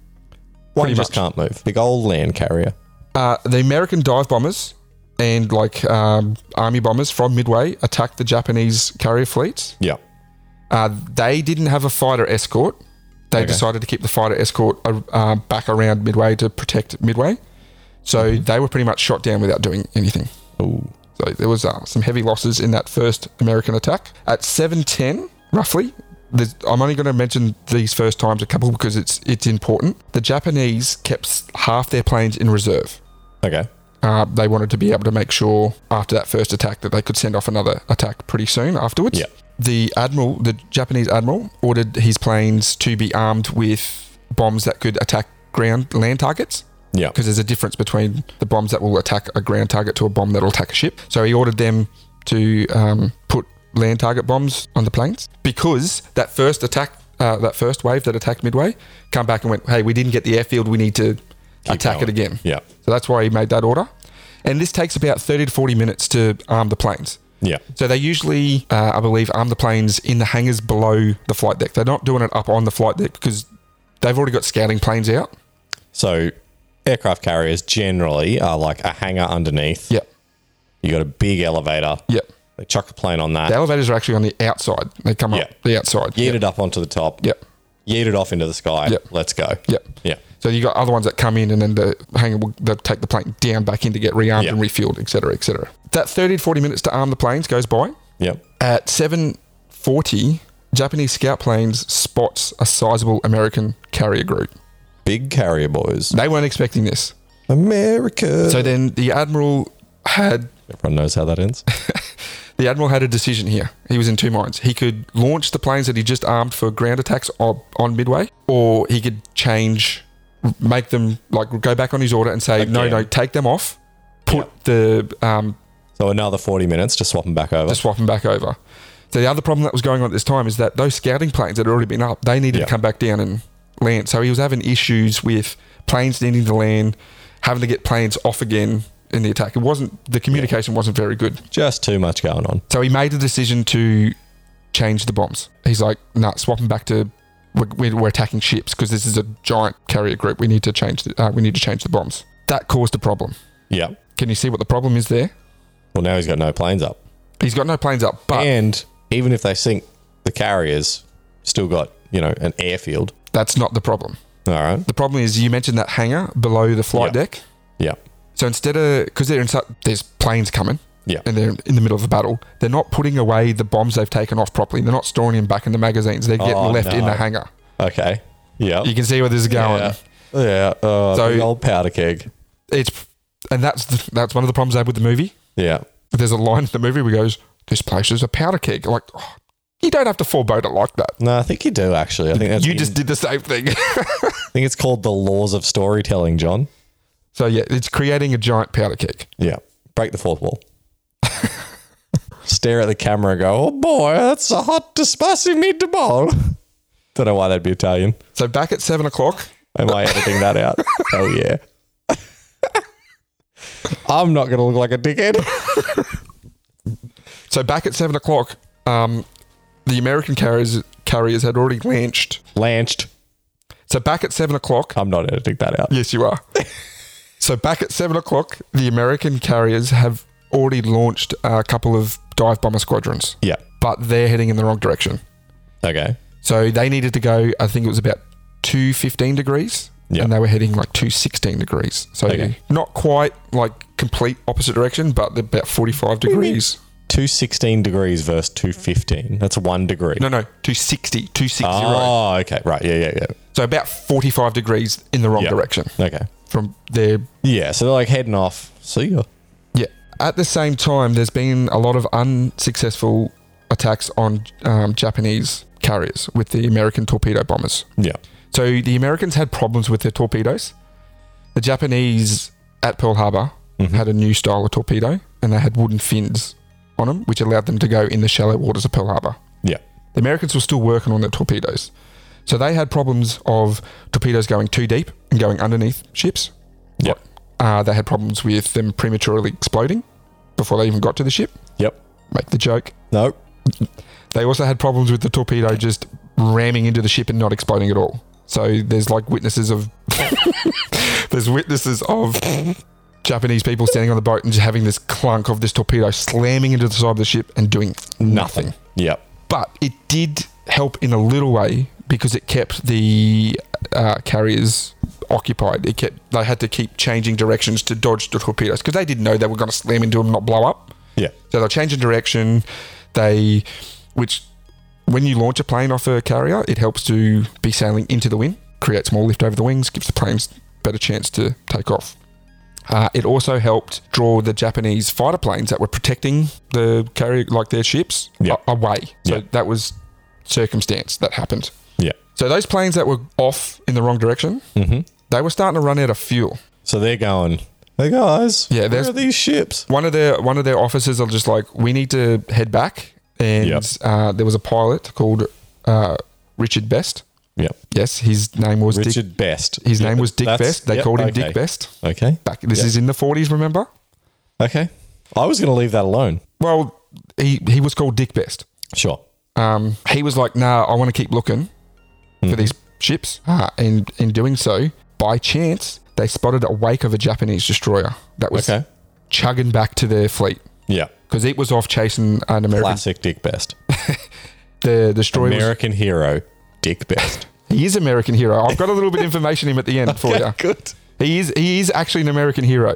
B: One
A: Pretty
B: just can't move. Big old land carrier.
A: Uh, the American dive bombers and like um, army bombers from Midway attacked the Japanese carrier fleets.
B: Yeah.
A: Uh, they didn't have a fighter escort. They decided to keep the fighter escort uh, uh, back around Midway to protect Midway. So they were pretty much shot down without doing anything.
B: Ooh.
A: So there was uh, some heavy losses in that first American attack. At 7:10, roughly, there's- I'm only going to mention these first times a couple because it's it's important. The Japanese kept s- half their planes in reserve.
B: Okay.
A: Uh, they wanted to be able to make sure after that first attack that they could send off another attack pretty soon afterwards.
B: Yeah.
A: The admiral, the Japanese admiral, ordered his planes to be armed with bombs that could attack ground land targets
B: Yeah.
A: because there's a difference between the bombs that will attack a ground target to a bomb that'll attack a ship. So he ordered them to um, put land target bombs on the planes because that first attack, uh, that first wave that attacked Midway, come back and went, hey, we didn't get the airfield, we need to attack
B: going.
A: it again.
B: Yeah.
A: So that's why he made that order. And this takes about 30 to 40 minutes to arm the planes.
B: Yeah.
A: So they usually, uh, I believe, arm the planes in the hangars below the flight deck. They're not doing it up on the flight deck because they've already got scouting planes out.
B: So aircraft carriers generally are like a hangar underneath.
A: Yep.
B: You got a big elevator.
A: Yep.
B: They chuck a plane on that.
A: The elevators are actually on the outside. They come
B: Yeah.
A: up the outside.
B: yeet
A: Yep.
B: it up onto the top.
A: Yep.
B: Yeet it off into the sky.
A: Yep.
B: Let's go.
A: Yep.
B: Yeah.
A: So you got other ones that come in and then the hangar will they'll take the plane down back in to get rearmed
B: Yeah.
A: and refueled, et cetera, et cetera. That 30 to 40 minutes to arm the planes goes by.
B: Yep.
A: At 7.40, Japanese scout planes spots a sizable American carrier group.
B: Big carrier boys.
A: They weren't expecting this.
B: America.
A: So then the Admiral had
B: Everyone knows how that ends.
A: the Admiral had a decision here. He was in two minds. He could launch the planes that he just armed for ground attacks on, on Midway, or he could change, make them like go back on his order and say, no,
B: Again.
A: no, take them off, put the, um,
B: so another 40 minutes to swap them back over.
A: to swap them back over. So the other problem that was going on at this time is that those scouting planes that had already been up, they needed
B: Yeah.
A: to come back down and land. So he was having issues with planes needing to land, having to get planes off again in the attack. It wasn't, the communication wasn't very good.
B: Just too much going on.
A: So he made the decision to change the bombs. He's like, nah, swap them back to we're, we're, we're attacking ships because this is a giant carrier group. We need to change the uh, we need to change the bombs. That caused a problem.
B: Yeah.
A: Can you see what the problem is there?
B: Well, now he's got no planes up.
A: He's got no planes up, but
B: and even if they sink the carriers, still got, you know, an airfield.
A: that's not the problem.
B: All right.
A: The problem is you mentioned that hangar below the flight
B: Yeah.
A: deck.
B: Yeah.
A: So instead of because they're in su- there's planes coming.
B: Yeah.
A: And they're in the middle of a battle. They're not putting away the bombs they've taken off properly. They're not storing them back in the magazines. They're getting
B: Oh,
A: left in
B: no.
A: the hangar.
B: Okay. Yeah.
A: You can see where this is going.
B: Yeah. Yeah. Uh,
A: So-
B: big old powder keg.
A: it's and that's the, that's one of the problems I had with the movie.
B: Yeah.
A: There's a line in the movie where he goes, "This place is a powder keg." Like, oh, you don't have to forebode it like that.
B: No, I think you do actually. I think that's
A: You just did the same thing. <laughs>
B: I think it's called the laws of storytelling, John.
A: so yeah, it's creating a giant powder keg.
B: Yeah. Break the fourth wall. <laughs> Stare at the camera and go, oh boy, that's a hot, spicy meatball. <laughs> Don't know why that'd be Italian.
A: So back at seven o'clock,
B: Am I editing
A: <laughs>
B: that out? Hell yeah. I'm not going to look like a dickhead.
A: so back at seven o'clock, um, the American carriers carriers had already launched.
B: Lanched.
A: So back at seven o'clock,
B: I'm not editing that out.
A: yes, you are. <laughs> so back at seven o'clock, the American carriers have already launched a couple of dive bomber squadrons,
B: Yeah.
A: but they're heading in the wrong direction.
B: Okay.
A: So they needed to go. I think it was about two fifteen degrees,
B: Yeah.
A: and they were heading like two sixteen degrees. So
B: Okay.
A: not quite like complete opposite direction, but they're about forty five degrees.
B: 216 degrees versus 215. That's one degree.
A: No, no, 260, 260.
B: oh, okay. Right. Yeah, yeah, yeah.
A: So about 45 degrees in the wrong
B: Yeah.
A: direction
B: Okay.
A: from their
B: Yeah, so they're like heading off. See ya.
A: Yeah. At the same time, there's been a lot of unsuccessful attacks on um, Japanese carriers with the American torpedo bombers.
B: Yeah.
A: So the Americans had problems with their torpedoes. The Japanese at Pearl Harbor
B: Mm-hmm.
A: had a new style of torpedo, and they had wooden fins on them, which allowed them to go in the shallow waters of Pearl Harbor.
B: Yeah.
A: The Americans were still working on their torpedoes. So they had problems of torpedoes going too deep and going underneath ships.
B: Yep.
A: Uh, they had problems with them prematurely exploding before they even got to the ship.
B: Yep.
A: Make the joke.
B: No.
A: They also had problems with the torpedo just ramming into the ship and not exploding at all. So there's like witnesses of <laughs> there's witnesses of Japanese people standing on the boat and just having this clunk of this torpedo slamming into the side of the ship and doing nothing.
B: Nothing. Yep.
A: But it did help in a little way because it kept the uh, carriers occupied. It kept they had to keep changing directions to dodge the torpedoes because they didn't know they were going to slam into them, not blow up.
B: Yeah.
A: So they'll change in direction. They, which, when you launch a plane off a carrier, it helps to be sailing into the wind, creates more lift over the wings, gives the planes better chance to take off. Uh, it also helped draw the Japanese fighter planes that were protecting the carrier, like their ships,
B: Yeah.
A: a- away. So
B: Yeah.
A: that was circumstance that happened.
B: Yeah.
A: So those planes that were off in the wrong direction,
B: Mm-hmm.
A: they were starting to run out of fuel.
B: So they're going, hey guys,
A: Yeah,
B: where
A: there's-
B: are these ships?
A: one of their one of their officers are just like, we need to head back. And
B: Yep.
A: uh, there was a pilot called uh, Richard Best.
B: Yep.
A: Yes, his name was Dick.
B: Richard Best.
A: His
B: Yeah,
A: name was Dick
B: that's-
A: Best. They
B: yep,
A: called him
B: okay.
A: Dick Best.
B: Okay.
A: Back this is in the forties. Remember?
B: Okay. I was going to leave that alone.
A: Well, he he was called Dick Best.
B: Sure.
A: Um, he was like, nah, I want to keep looking
B: Mm-hmm.
A: for these ships. Ah, and in doing so, by chance, they spotted a wake of a Japanese destroyer that was
B: Okay.
A: chugging back to their fleet
B: Yeah.
A: because it was off chasing an American.
B: Classic Dick Best.
A: The destroyer was
B: American hero, Dick <laughs> Best.
A: He is American hero. I've got a little bit of information him at the
B: <laughs>
A: end for
B: Okay,
A: you.
B: Good.
A: He is he is actually an American hero.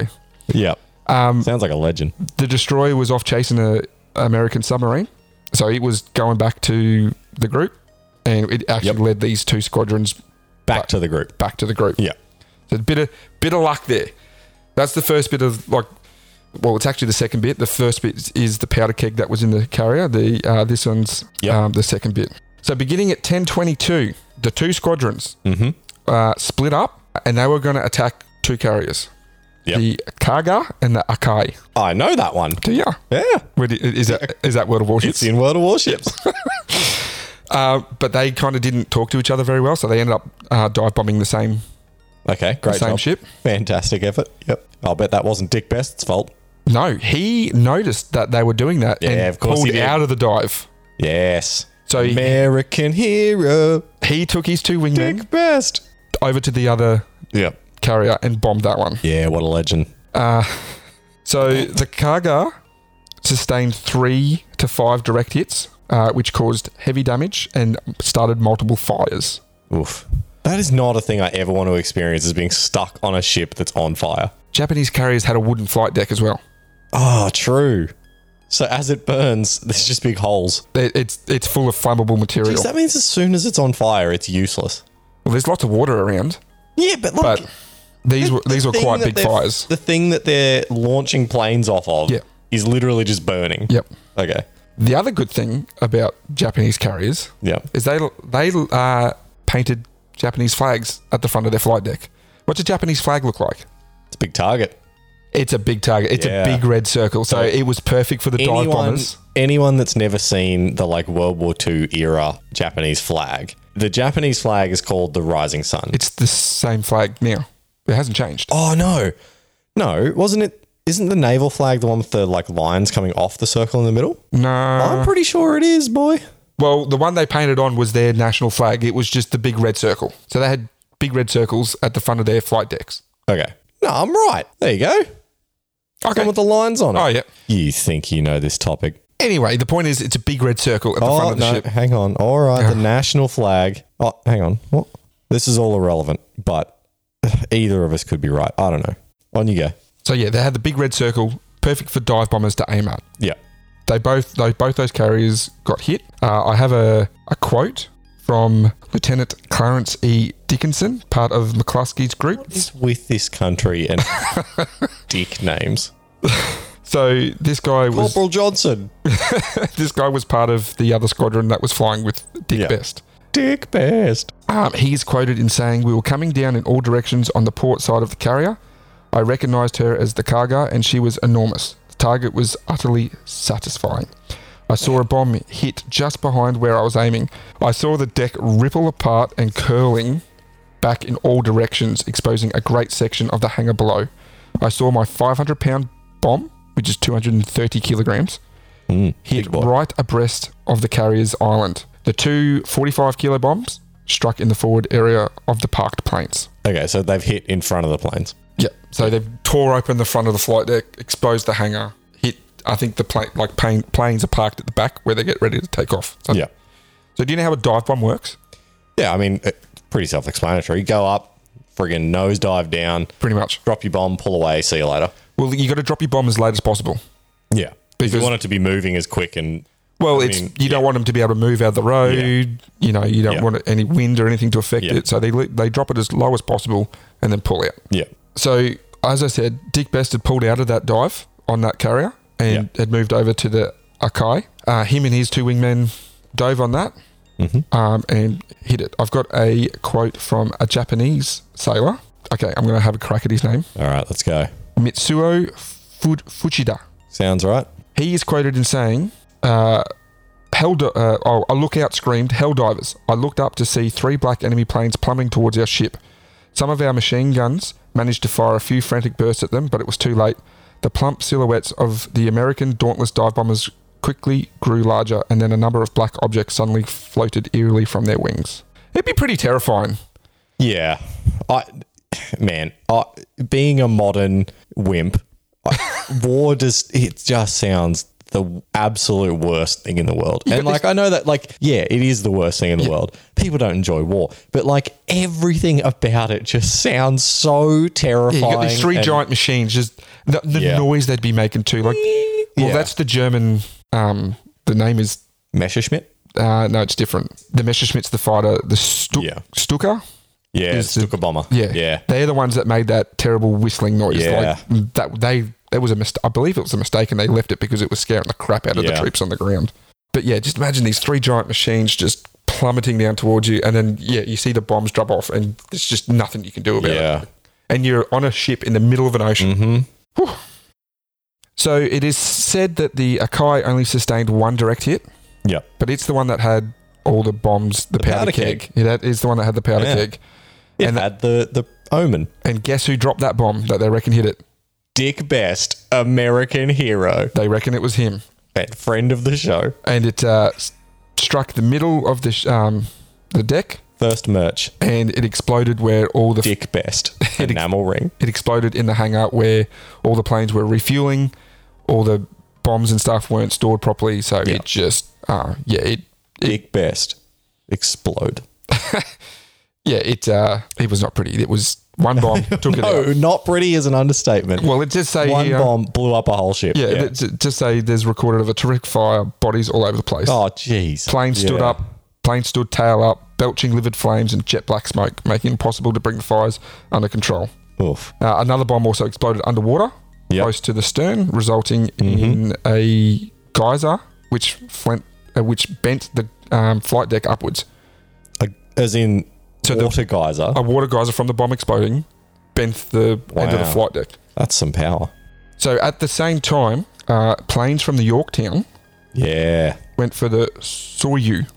B: Yeah. Um, Sounds like a legend.
A: The destroyer was off chasing a American submarine, so it was going back to the group, and it actually
B: Yep.
A: led these two squadrons
B: Back to the group.
A: back to the group.
B: Yeah.
A: So a bit of bit of luck there. That's the first bit of like. Well, it's actually the second bit. The first bit is the powder keg that was in the carrier. The uh, this one's
B: Yep.
A: um, the second bit. So beginning at ten twenty two, the two squadrons
B: Mm-hmm.
A: uh, split up and they were going to attack two carriers
B: Yep.
A: the Kaga and the Akai.
B: I know that one.
A: Do ya?
B: Yeah.
A: Where do- Is that, is that World of Warships?
B: It's in World of <laughs> Warships.
A: Uh, but they kind of didn't talk to each other very well, so they ended up uh, dive bombing the same,
B: okay.
A: the
B: Great
A: same
B: job.
A: ship.
B: Fantastic effort. Yep. I'll bet that wasn't Dick Best's fault.
A: No, he noticed that they were doing that and
B: Yeah, of course
A: pulled
B: he did.
A: out of the dive.
B: Yes.
A: So he-
B: American hero,
A: He took his two wingmen
B: Dick Best.
A: over to the other
B: Hmm? Yep.
A: carrier and bombed that one.
B: Yeah, what a legend.
A: Uh, so the Kaga sustained three to five direct hits, uh, which caused heavy damage and started multiple fires.
B: Oof. That is not a thing I ever want to experience is being stuck on a ship that's on fire.
A: Japanese carriers had a wooden flight deck as well.
B: Ah, true. So as it burns, <laughs> there's just big holes.
A: It- It's it's full of flammable material.
B: Because that means as soon as it's on fire, it's useless.
A: well, there's lots of water around,
B: Yeah, but like
A: but these were these
B: the
A: were
B: thing
A: quite
B: that
A: big
B: they're-
A: fires.
B: The thing that they're launching planes off of
A: Yeah.
B: is literally just burning.
A: Yep.
B: Okay.
A: The other good thing about Japanese carriers
B: Yep.
A: is they they uh, painted Japanese flags at the front of their flight deck. What's a Japanese flag look like?
B: It's a big target.
A: It's a big target. It's
B: Yeah.
A: a big red circle. So it was perfect for the dive
B: anyone,
A: bombers.
B: anyone that's never seen the like World War II era Japanese flag, the Japanese flag is called the Rising Sun.
A: It's the same flag now. It hasn't changed.
B: oh no, no, wasn't it? Isn't the naval flag the one with the like lines coming off the circle in the middle?
A: No.
B: I'm pretty sure it is, boy.
A: Well, the one they painted on was their national flag. It was just the big red circle. So they had big red circles at the front of their flight decks.
B: Okay, no, I'm right. There you go. Okay,
A: Okay.
B: with the lines on it.
A: Oh yeah.
B: You think you know this topic?
A: Anyway, the point is, it's a big red circle at the front
B: Oh
A: of the
B: no,
A: ship.
B: hang on. All right, the national flag. Oh, hang on. What? This is all irrelevant, but <sighs> either of us could be right. I don't know. On you go.
A: So yeah, they had the big red circle, perfect for dive bombers to aim at.
B: Yeah.
A: They both they, both those carriers got hit. Uh, I have a, a quote from Lieutenant Clarence E. Dickinson, part of McCluskey's group.
B: It's with this country <laughs> and dick names.
A: So this guy was
B: Corporal Johnson.
A: <laughs> this guy was part of the other squadron that was flying with Dick
B: Yeah.
A: Best.
B: Dick best.
A: Um, he is quoted in saying, We were coming down in all directions on the port side of the carrier. I recognised her as the Kaga, and she was enormous. The target was utterly satisfying. I saw a bomb hit just behind where I was aiming. I saw the deck ripple apart and curling back in all directions, exposing a great section of the hangar below. I saw my 500 pound bomb, which is 230 kilograms,
B: Mm,
A: hit
B: big boy.
A: right abreast of the carrier's island. The two 45 kilo bombs struck in the forward area of the parked planes.
B: Okay, so they've hit in front of the planes.
A: Yep. So they've tore open the front of the flight deck, exposed the hangar, hit. I think the plane, like plane, planes are parked at the back where they get ready to take off. So,
B: Yeah.
A: so do you know how a dive bomb works?
B: Yeah, I mean, it's pretty self explanatory. Go up, friggin' nose dive down,
A: Pretty much.
B: drop your bomb, pull away, see you later.
A: Well, you got to drop your bomb as late as possible.
B: Yeah. Because
A: Because-
B: you want it to be moving as quick and.
A: Well,
B: I
A: it's
B: mean,
A: you don't want them to be able to move out of the road. You know, you don't
B: Yeah.
A: want any wind or anything to affect
B: Yeah.
A: it. So they li- they drop it as low as possible and then pull out.
B: Yeah.
A: So, as I said, Dick Best had pulled out of that dive on that carrier and had moved over to the Akai. Uh, him and his two wingmen dove on that
B: Mhm.
A: um, and hit it. I've got a quote from a Japanese sailor. Okay, I'm going to have a crack at his name
B: All right, let's go.
A: Mitsuo Fu- Fuchida.
B: Sounds right.
A: He is quoted in saying, uh, Hell di- uh, oh, a lookout screamed, Hell divers. I looked up to see three black enemy planes plummeting towards our ship. Some of our machine guns managed to fire a few frantic bursts at them, but it was too late. The plump silhouettes of the American Dauntless dive bombers quickly grew larger, and then a number of black objects suddenly floated eerily from their wings. It'd be pretty terrifying.
B: Yeah. I man, I, being a modern wimp, I, <laughs> war does it just sounds the absolute worst thing in the world. And like I know that like yeah, it is the worst thing in the world. People don't enjoy war, but like everything about it just sounds so terrifying.
A: You got these three
B: and-
A: giant machines, just the, the
B: Yeah.
A: noise they'd be making too. Like, well,
B: <laughs> Yeah.
A: that's the German. Um, the name is
B: Messerschmitt.
A: Uh, no, it's different. The Messerschmitt's the fighter, the Stu-
B: Yeah.
A: Stuka.
B: Yeah,
A: Is the-
B: Stuka bomber.
A: Yeah,
B: Yeah.
A: They're the ones that made that terrible whistling noise.
B: Yeah.
A: like, that they that was a mistake. I believe it was a mistake, and they left it because it was scaring the crap out of the
B: Yeah.
A: troops on the ground. But yeah, just imagine these three giant machines just plummeting down towards you, and then yeah, you see the bombs drop off, and there's just nothing you can do about it.
B: Yeah.
A: And you're on a ship in the middle of an ocean.
B: Mhm.
A: So it is said that the Akai only sustained one direct hit.
B: Yeah.
A: But it's the one that had all the bombs, the, powder,
B: powder
A: keg.
B: keg.
A: Yeah, that is the one that had the powder
B: Yeah.
A: keg.
B: It
A: And-
B: had the the omen.
A: And guess who dropped that bomb that they reckon hit it?
B: Dick Best, American hero,
A: They reckon it was him.
B: and friend of the show,
A: And it uh, s- struck the middle of the, sh- um, the deck
B: first merch.
A: and it exploded where all the. <laughs>
B: dick best <laughs>
A: It ex-
B: enamel ring.
A: it exploded in the hangar where all the planes were refueling, all the bombs and stuff weren't stored properly. So
B: Yeah.
A: it just. Uh, yeah, it.
B: Dick best explode.
A: Yeah, it uh, it was not pretty. It was one
B: <laughs>
A: bomb took it out.
B: No, Oh, not pretty is an understatement.
A: Well, it just say um,
B: One
A: here,
B: bomb blew up a whole ship.
A: Yeah, th- t- to say there's recorded of a terrific fire, bodies all over the place.
B: Oh, jeez.
A: plane stood
B: Yeah.
A: up, plane stood tail up, belching livid flames and jet black smoke, making it impossible to bring the fires under control.
B: Oof.
A: Uh, another bomb also exploded underwater,
B: Yep. Mm-hmm.
A: close to the stern, resulting in a geyser which flint, uh, which bent the um, flight deck upwards.
B: A- as in
A: So the- Oh.
B: water geyser.
A: A water geyser from the bomb exploding bent the end of the
B: Wow.
A: flight deck.
B: That's some power.
A: So at the same time, uh, planes from the Yorktown
B: Yeah.
A: went for the Soyuz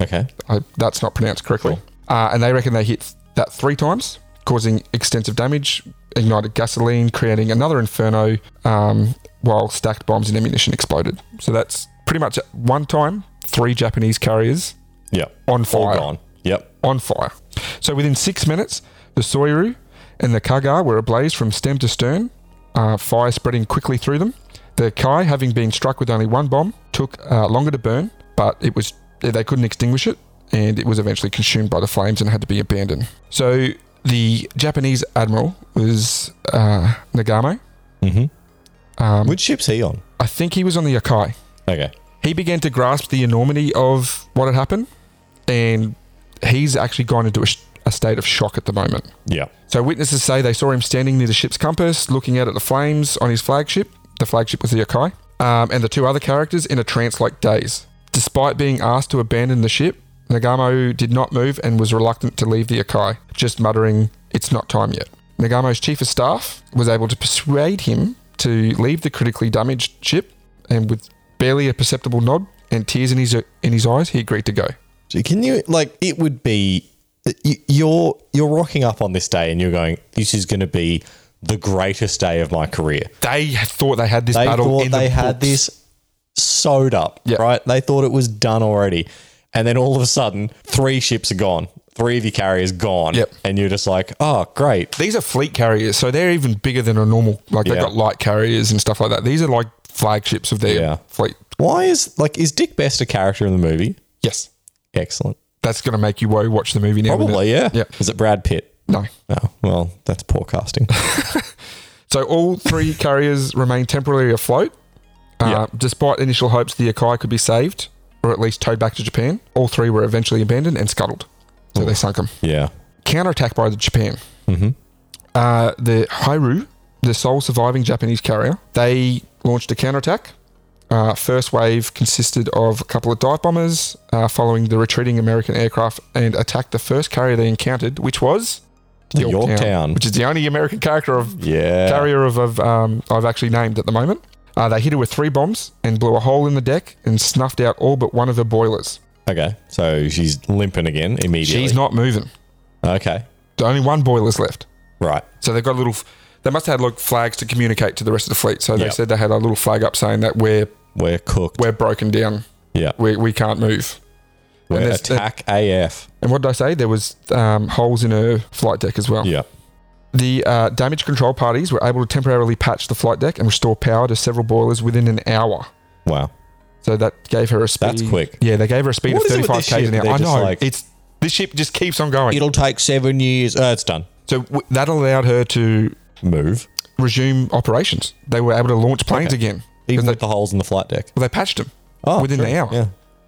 B: Okay.
A: I, that's not pronounced correctly. Uh, and they reckon they hit that three times, causing extensive damage, ignited gasoline, creating another inferno um, while stacked bombs and ammunition exploded. So that's pretty much at one time, three Japanese carriers
B: Yep.
A: on
B: All
A: fire.
B: gone. Yep.
A: On fire. So within six minutes, the Soiru and the Kaga were ablaze from stem to stern, uh, fire spreading quickly through them. The Kai, having been struck with only one bomb, took uh, longer to burn, but it was they couldn't extinguish it, and it was eventually consumed by the flames and had to be abandoned. So the Japanese admiral was uh, Um, Nagamo.
B: Mm-hmm.
A: Um,
B: Which ship's he on?
A: I think he was on the Akai.
B: Okay.
A: He began to grasp the enormity of what had happened, and he's actually gone into a, sh- a state of shock at the moment.
B: Yeah.
A: So witnesses say they saw him standing near the ship's compass, looking out at the flames on his flagship. The flagship was the Yokai, um, and the two other characters in a trance-like daze. Despite being asked to abandon the ship, Nagamo did not move and was reluctant to leave the Yokai, just muttering, "It's not time yet." Nagamo's chief of staff was able to persuade him to leave the critically damaged ship, and with barely a perceptible nod and tears in his in his eyes, he agreed to go.
B: So can you like it would be y- you're you're rocking up on this day and you're going this is going to be the greatest day of my career.
A: They thought they had this
B: They
A: battle
B: thought
A: in
B: they
A: the
B: had
A: books.
B: this sewed up,
A: Yeah.
B: right? They thought it was done already. And then all of a sudden, three ships are gone. Three of your carriers gone.
A: Yep.
B: And you're just like, "Oh, great.
A: These are fleet carriers, so they're even bigger than a normal. Like they've
B: Yeah.
A: got light carriers and stuff like that. These are like flagships of their
B: Yeah.
A: fleet.
B: Why is like is Dick Best a character in the movie?"
A: Yes,
B: Excellent.
A: that's going to make you wo- watch the movie now. wouldn't
B: Probably, yeah.
A: Yeah.
B: Is it Brad Pitt?
A: it? No.
B: Oh, well, that's poor
A: <laughs>
B: casting.
A: So all
B: <laughs>
A: three carriers remain temporarily afloat, uh,
B: Yeah.
A: despite initial hopes the Akai could be saved or at least towed back to Japan. All three were eventually abandoned and scuttled, so they sunk them.
B: yeah.
A: Counterattack by the Japan.
B: Mhm.
A: Uh, the Hairu, the sole surviving Japanese carrier, they launched a counterattack. Uh, first wave consisted of a couple of dive bombers uh, following the retreating American aircraft and attacked the first carrier they encountered, which was
B: The Yorktown.
A: which is the only American character of
B: Yeah.
A: carrier of, of um, I've actually named at the moment. Uh, they hit her with three bombs and blew a hole in the deck and snuffed out all but one of her boilers.
B: Okay, so she's limping again immediately.
A: She's not moving.
B: Okay,
A: There's Only one boiler's left.
B: right.
A: So they've got a little. f- They must have had like flags to communicate to the rest of the fleet. So they
B: Yep.
A: said they had a little flag up saying that we're
B: We're cooked.
A: we're broken down.
B: yeah,
A: We we can't move.
B: we're
A: there's-
B: attack AF.
A: And what did I say? There was um, holes in her flight deck as well.
B: Yeah,
A: The uh, damage control parties were able to temporarily patch the flight deck and restore power to several boilers within an hour.
B: wow.
A: So that gave her a speed.
B: That's quick.
A: Yeah, they gave her a speed of
B: What is it with
A: 35
B: this
A: k's an
B: ship?
A: hour.
B: They're
A: I
B: just
A: know.
B: like-
A: it's this ship just keeps on going.
B: It'll take seven years. Oh, it's done.
A: so w- that allowed her to
B: Move.
A: resume operations. They were able to launch planes
B: Okay.
A: again.
B: Even
A: they-
B: with the holes in the flight deck.
A: Well, they patched them.
B: Oh,
A: Within
B: sure.
A: the hour.
B: Yeah.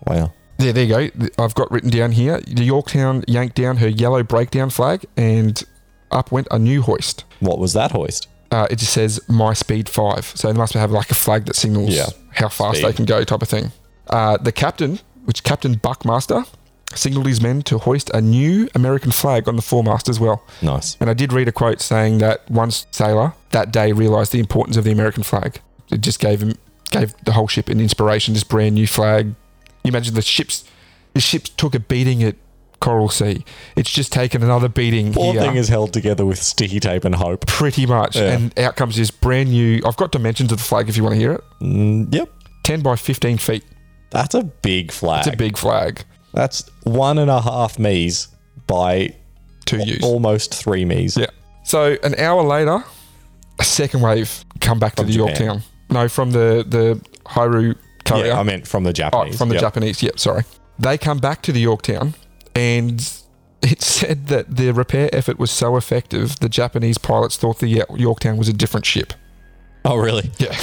B: Wow.
A: Yeah, there you go. Th- I've got written down here. The Yorktown yanked down her yellow breakdown flag, and up went a new hoist.
B: What was that hoist?
A: Uh, it just says "My Speed 5. so they must have like a flag that signals
B: Yeah.
A: how fast
B: Speed.
A: they can go, type of thing. Uh, the captain, which Captain Buckmaster, signaled his men to hoist a new American flag on the foremast as well.
B: Nice.
A: And I did read a quote saying that one sailor that day realised the importance of the American flag. It just gave him gave the whole ship an inspiration. This brand new flag. You imagine the ships. The ships took a beating at Coral Sea. It's just taken another beating
B: Poor
A: here,
B: thing is held together with sticky tape and hope.
A: pretty much.
B: Yeah.
A: And out comes this brand new. I've got dimensions of the flag if you want to hear it.
B: Mm, yep.
A: Ten by fifteen feet.
B: That's a big flag.
A: It's a big flag
B: That's one and a half me's by
A: to use.
B: almost three me's.
A: Yeah. So an hour later, a second wave come back
B: From
A: to the
B: Japan.
A: Yorktown. No, from the the Hairu Korea.
B: Yeah, I meant from the
A: Oh,
B: Japanese.
A: from the
B: Yep.
A: Japanese. Yep, sorry. They come back to the Yorktown, and <laughs> it said that the repair effort was so effective, the Japanese pilots thought the Yorktown was a different ship.
B: Oh, really? <laughs>
A: Yeah.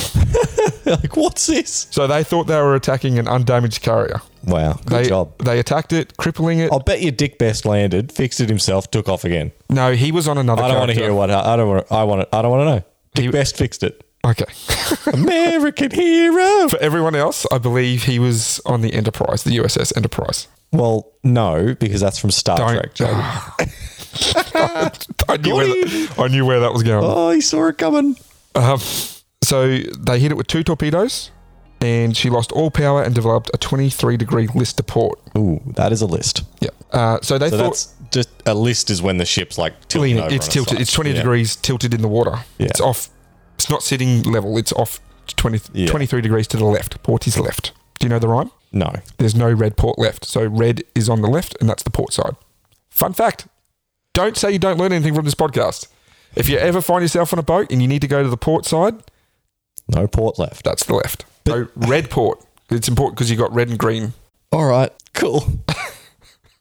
B: like, what's this?
A: So they thought they were attacking an undamaged carrier.
B: Wow. Good
A: they,
B: job. Oh.
A: They attacked it, crippling it.
B: I'll bet your Dick Best landed, fixed it himself, took off again.
A: No, he was on another.
B: I don't want to hear what I don't want. I want. I don't want to know. Dick
A: He-
B: Best fixed it.
A: want to hear. Okay. <laughs>
B: American hero.
A: For everyone else, I believe he was on the Enterprise, the USS Enterprise.
B: Well, no, because that's from Star
A: Don't-
B: Trek. Jake.
A: <laughs>
B: <laughs>
A: I knew, where that, I knew where that was going.
B: Oh, he saw it coming.
A: Um, so they hit it with two torpedoes, and she lost all power and developed a 23 degree list to port.
B: Ooh, that is a list.
A: Yeah. Uh, so they
B: So
A: thought
B: that's just a list is when the ship's like tilting
A: leaning,
B: over
A: it's
B: on
A: tilted.
B: side.
A: It's 20
B: Yeah.
A: degrees tilted in the water.
B: Yeah.
A: It's off. It's not sitting level. It's off 20,
B: Yeah.
A: 23 degrees to the left. Port is left. Do you know the rhyme?
B: No,
A: There's no red port left. So red is on the left, and that's the port side. Fun fact. Don't say you don't learn anything from this podcast. If you ever find yourself on a boat and you need to go to the port side,
B: no port left.
A: That's the left. So red port. It's important because you got red and green.
B: <laughs>
A: <laughs>
B: All right, cool.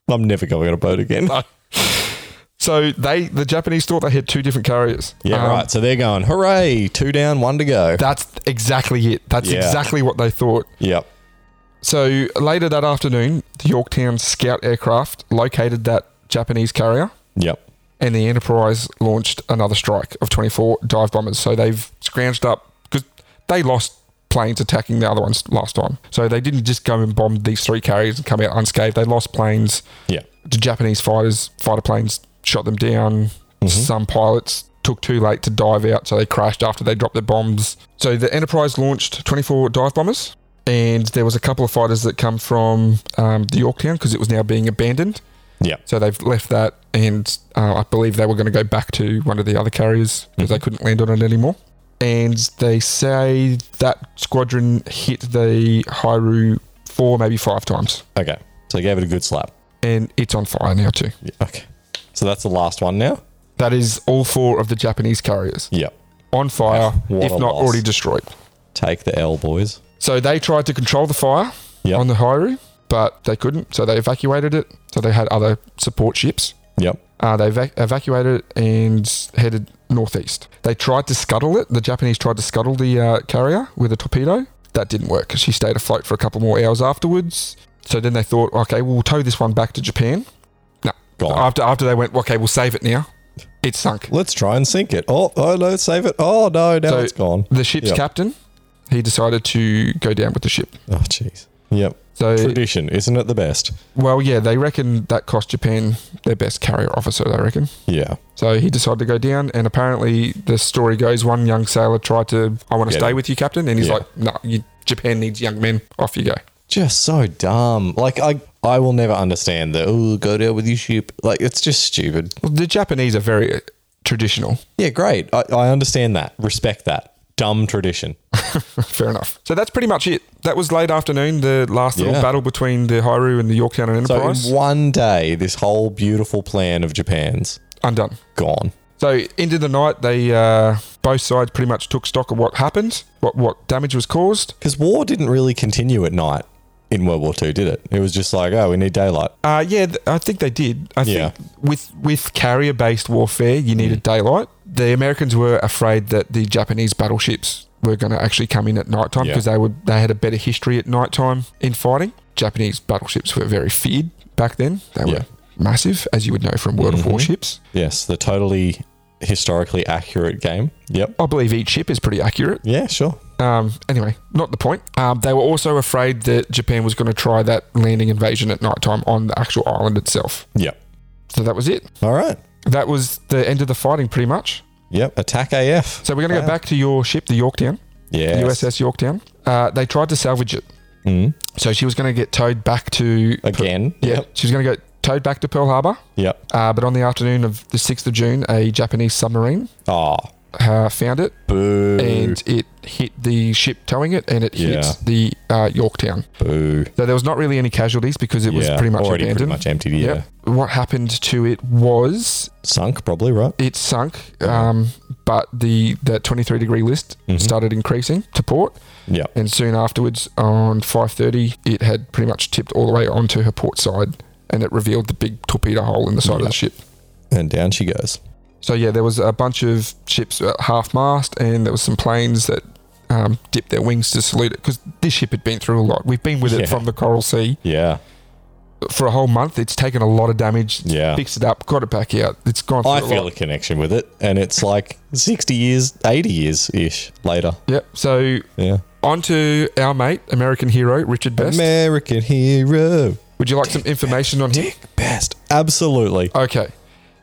B: I'm never going on a boat again.
A: So they, the Japanese thought they had two different carriers.
B: Yeah,
A: Um,
B: right. So they're going, hooray, two down, one to go.
A: That's exactly it. That's
B: Yeah.
A: exactly what they thought.
B: yep.
A: So later that afternoon, the Yorktown scout aircraft located that Japanese carrier,
B: Yep.
A: and the Enterprise launched another strike of 24 dive bombers. So they've scrounged up because they lost planes attacking the other ones last time. So they didn't just go and bomb these three carriers and come out unscathed. They lost planes.
B: Yeah.
A: The Japanese fighters, fighter planes, shot them down.
B: Mm-hmm.
A: Some pilots took too late to dive out, so they crashed after they dropped their bombs. So the Enterprise launched 24 dive bombers, and there was a couple of fighters that come from um, the Yorktown because it was now being abandoned.
B: Yep.
A: So they've left that, and uh, I believe they were going to go back to one of the other carriers because they couldn't land on it anymore. And they say that squadron hit the Hyru four, maybe five times,
B: Okay. So they gave it a good slap.
A: and it's on fire now too.
B: Yeah, okay. So that's the last one now?
A: That is all four of the Japanese carriers
B: Yep.
A: on fire,
B: What
A: if
B: a
A: not
B: loss.
A: already destroyed.
B: Take the L, boys.
A: So they tried to control the fire
B: Yep.
A: on the Hyru, but they couldn't. So they evacuated it. So they had other support ships.
B: Yep.
A: Uh, they evac- evacuated it and headed northeast. They tried to scuttle it. The Japanese tried to scuttle the uh, carrier with a torpedo. That didn't work. She stayed afloat for a couple more hours afterwards. So then they thought, okay, we'll tow this one back to Japan.
B: Gone.
A: After after they went, okay, we'll save it now. It sunk.
B: Let's try and sink it. Oh, oh no, save it. Oh, no, now
A: So-
B: it's gone.
A: The ship's
B: Yep.
A: captain, he decided to go down with the ship.
B: Oh, jeez. Yep.
A: So
B: Tradition, isn't it the best?
A: Well, yeah, they reckon that cost Japan their best carrier officer, they reckon.
B: Yeah.
A: So he decided to go down, and apparently the story goes one young sailor tried to, I want to
B: Get
A: stay
B: him.
A: with you, Captain. And he's
B: Yeah.
A: like, no, you, Japan needs young men. Off you go.
B: Just so dumb. Like, I I will never understand the, oh, go down with your ship. Like, it's just stupid.
A: Well, the Japanese are very uh, traditional. <laughs>
B: Yeah, great. I, I understand that. Respect that. Dumb tradition.
A: Fair enough. So that's pretty much it. That was late afternoon, the last little
B: Yeah.
A: battle between the Hyru and the Yorktown and
B: So
A: Enterprise.
B: in one day, this whole beautiful plan of Japan's
A: Undone.
B: gone.
A: So into the night, they uh, both sides pretty much took stock of what happened, what, what damage was caused.
B: Because war didn't really continue at night in World War II, did it? It was just like, oh, we need daylight.
A: Uh, yeah, th- I think they did. I
B: Yeah. Mm.
A: think with with carrier based warfare, you needed daylight. The Americans were afraid that the Japanese battleships were going to actually come in at nighttime
B: Yeah.
A: because they would they had a better history at nighttime in fighting. Japanese battleships were very feared back then. They were
B: Yeah.
A: massive, as you would know from World of
B: Mhm.
A: Warships.
B: Yes, the totally historically accurate game. Yep.
A: I believe each ship is pretty accurate.
B: Yeah, sure.
A: Um, anyway, not the point. Um, they were also afraid that Japan was going to try that landing invasion at nighttime on the actual island itself.
B: Yep.
A: So that was it.
B: All right.
A: That was the end of the fighting, pretty much.
B: Yep. Attack AF.
A: So we're going to go
B: Wow.
A: back to your ship, the Yorktown,
B: Yeah.
A: USS Yorktown. Uh, they tried to salvage it,
B: Mm.
A: so she was going to get towed back to
B: Again.
A: yeah,
B: Yep.
A: she was going to get towed back to Pearl Harbor.
B: Yep.
A: Uh, but on the afternoon of the sixth of June, a Japanese submarine
B: Oh,
A: uh, found it,
B: boo.
A: and it hit the ship towing it, and it
B: Yeah.
A: hit the uh, Yorktown.
B: boo.
A: So there was not really any casualties because it was
B: Yeah,
A: pretty much
B: already
A: abandoned.
B: pretty much emptied. Yeah.
A: Yep. What happened to it was
B: Sunk probably, right?
A: it sunk, um, but the that twenty three degree list
B: Mhm.
A: started increasing to port.
B: Yep.
A: and soon afterwards on 5.30 it had pretty much tipped all the way onto her port side and it revealed the big torpedo hole in the side of the
B: Yep.
A: ship
B: And down she goes.
A: so yeah there was a bunch of ships at half mast and there was some planes that um, dipped their wings to salute it because this ship had been through a lot we've been with
B: Yeah.
A: it from the coral sea
B: Yeah.
A: for a whole month it's taken a lot of damage
B: Yeah.
A: fixed it up got it back out it's gone through
B: I
A: a
B: feel
A: lot.
B: a connection with it, and it's like sixty years, eighty years ish later.
A: yep so
B: Yeah.
A: on to our mate american hero richard best
B: American hero.
A: would you like some information on him
B: Dick Best. Absolutely.
A: Okay.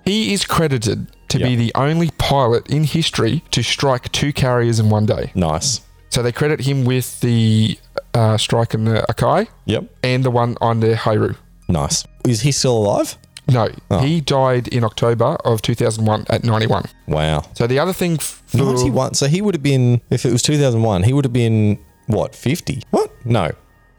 A: He is credited to be
B: Yeah.
A: the only pilot in history to strike two carriers in one day.
B: Nice.
A: So they credit him with the uh, strike on the Akai
B: Yep.
A: and the one on the Hairu.
B: Nice. Is he still alive?
A: No,
B: Oh.
A: he died in October of 2001 at 91.
B: Wow.
A: So the other thing f- for
B: Ninety-one. So he would have been, if it was two thousand one, he would have been what fifty? What? No,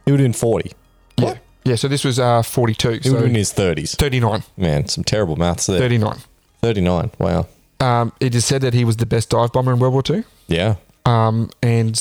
B: he would have been forty.
A: yeah, yeah. So this was uh, 42.
B: He would
A: so
B: have been in his thirties.
A: 39,
B: Man, some terrible maths there.
A: 39.
B: Thirty-nine. Wow.
A: Um, it is said that he was the best dive bomber in World War Two.
B: Yeah.
A: Um, and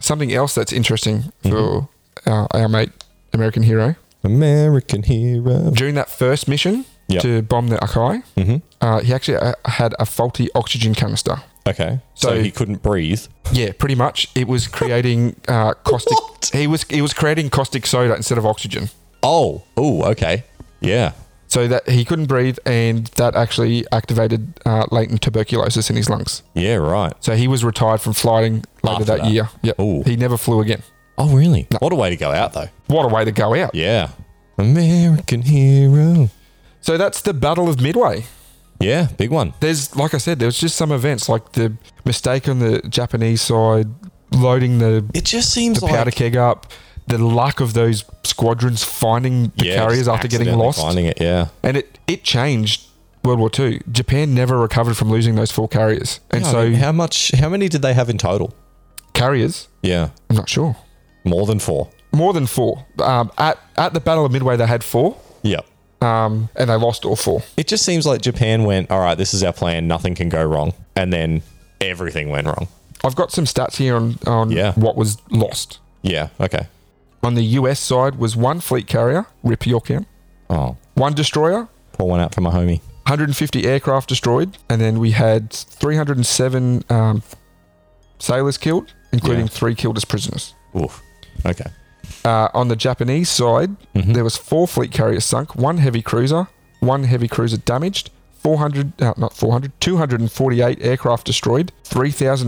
A: something else that's interesting
B: Mm-hmm.
A: for uh, our mate American hero
B: American hero.
A: during that first mission
B: Yep.
A: to bomb the Akai,
B: hmm
A: uh, he actually uh, had a faulty oxygen canister.
B: Okay. So,
A: So-
B: he couldn't breathe.
A: Yeah, pretty much. It was creating
B: <laughs>
A: uh, caustic.
B: What?
A: He was he was creating caustic soda instead of oxygen,
B: Oh. Oh, okay. Yeah.
A: so that he couldn't breathe, and that actually activated uh, latent tuberculosis in his lungs.
B: Yeah, right.
A: So he was retired from flying later
B: After
A: that,
B: that.
A: year. Yep.
B: Ooh.
A: He never flew again.
B: Oh, really? What a way to go out, though.
A: What a way to go out.
B: Yeah. American hero.
A: So that's the Battle of Midway.
B: Yeah, big one.
A: There's, like I said, there was just some events like the mistake on the Japanese side, loading the,
B: It just seems
A: the powder
B: like
A: keg up, the luck of those squadrons finding the
B: yeah,
A: carriers
B: just
A: after getting
B: accidentally
A: lost.
B: Finding it, yeah.
A: And it, it changed World War II. Japan never recovered from losing those four carriers. And
B: Yeah, I
A: so,
B: mean, how much? How many did they have in total?
A: carriers,
B: Yeah,
A: I'm not sure.
B: more than four.
A: More than four. Um, at, at the Battle of Midway, they had four,
B: Yep.
A: um, and they lost all four.
B: It just seems like Japan went, all right, this is our plan. Nothing can go wrong, and then everything went wrong.
A: I've got some stats here on, on
B: Yeah.
A: what was lost.
B: Yeah. Okay.
A: On the US side was one fleet carrier, Rip Yorktown,
B: Oh,
A: one destroyer,
B: pour one out for my homie.
A: 150 aircraft destroyed, and then we had 307 um, sailors killed, including
B: Yeah.
A: three killed as prisoners.
B: Oof. Okay.
A: Uh, on the Japanese side,
B: Mhm.
A: there was four fleet carriers sunk, one heavy cruiser, one heavy cruiser damaged, 400, uh, not 400, 248 aircraft destroyed,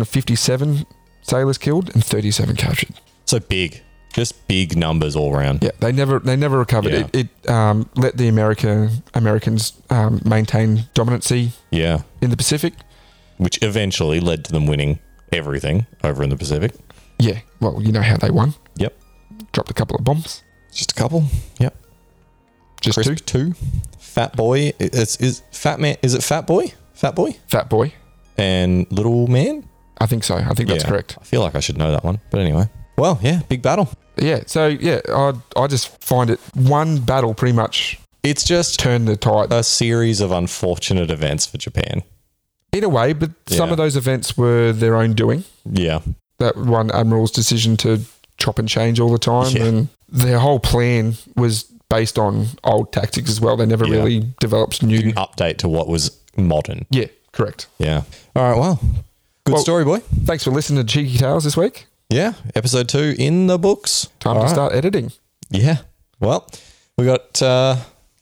A: 3,057 sailors killed, and 37 captured.
B: So big, just big numbers all around.
A: Yeah, they never they never recovered
B: Yeah.
A: it. It um, let the America Americans um, maintain dominancy
B: Yeah.
A: in the Pacific.
B: Which eventually led to them winning everything over in the Pacific.
A: Yeah, well, you know how they won.
B: Yep.
A: Dropped a couple of bombs,
B: Just a couple. Yep.
A: just
B: Crisp
A: two.
B: two. Fat boy. It's is fat man. Is it fat boy? Fat boy
A: Fat boy,
B: and little man.
A: I think so. I think that's
B: Yeah.
A: correct.
B: I feel like I should know that one, but anyway. Well, yeah, big battle.
A: Yeah. So yeah, I I just find it one battle pretty much
B: It's just
A: turned the tide
B: a series of unfortunate events for Japan.
A: in a way. But some
B: Yeah.
A: of those events were their own doing.
B: Yeah.
A: That one admiral's decision to chop and change all the time,
B: Yeah.
A: and their whole plan was based on old tactics as well. They never
B: Yeah.
A: really developed new.
B: An update to what was modern.
A: Yeah, correct.
B: Yeah. All right. Well, good
A: Well-
B: story, boy.
A: Thanks for listening to Cheeky Tales this week.
B: Yeah. Episode two in the books.
A: Time
B: All
A: to
B: right.
A: start editing.
B: Yeah. Well, we got, uh,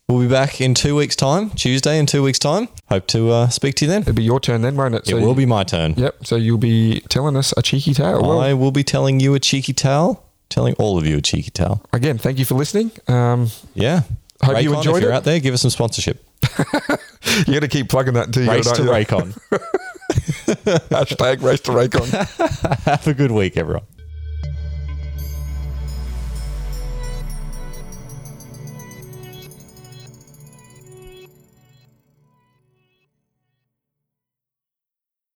B: we'll be back in two weeks' time, Tuesday in two weeks' time. Hope to uh, speak to you then.
A: It'll be your turn then, won't it?
B: it will be my turn.
A: Yep. So you'll be telling us a cheeky tale. Well,
B: I will be telling you a cheeky tale, telling all of you a cheeky tale.
A: again, thank you for listening. <laughs> Um,
B: Yeah.
A: Hope you
B: Raycon,
A: enjoyed
B: if you're
A: it.
B: out there, give us some sponsorship.
A: you got to keep plugging that until you
B: Race
A: got
B: to
A: it, don't you?
B: Raycon.
A: <laughs> Hashtag race to Raycon. <laughs>
B: Have a good week, everyone.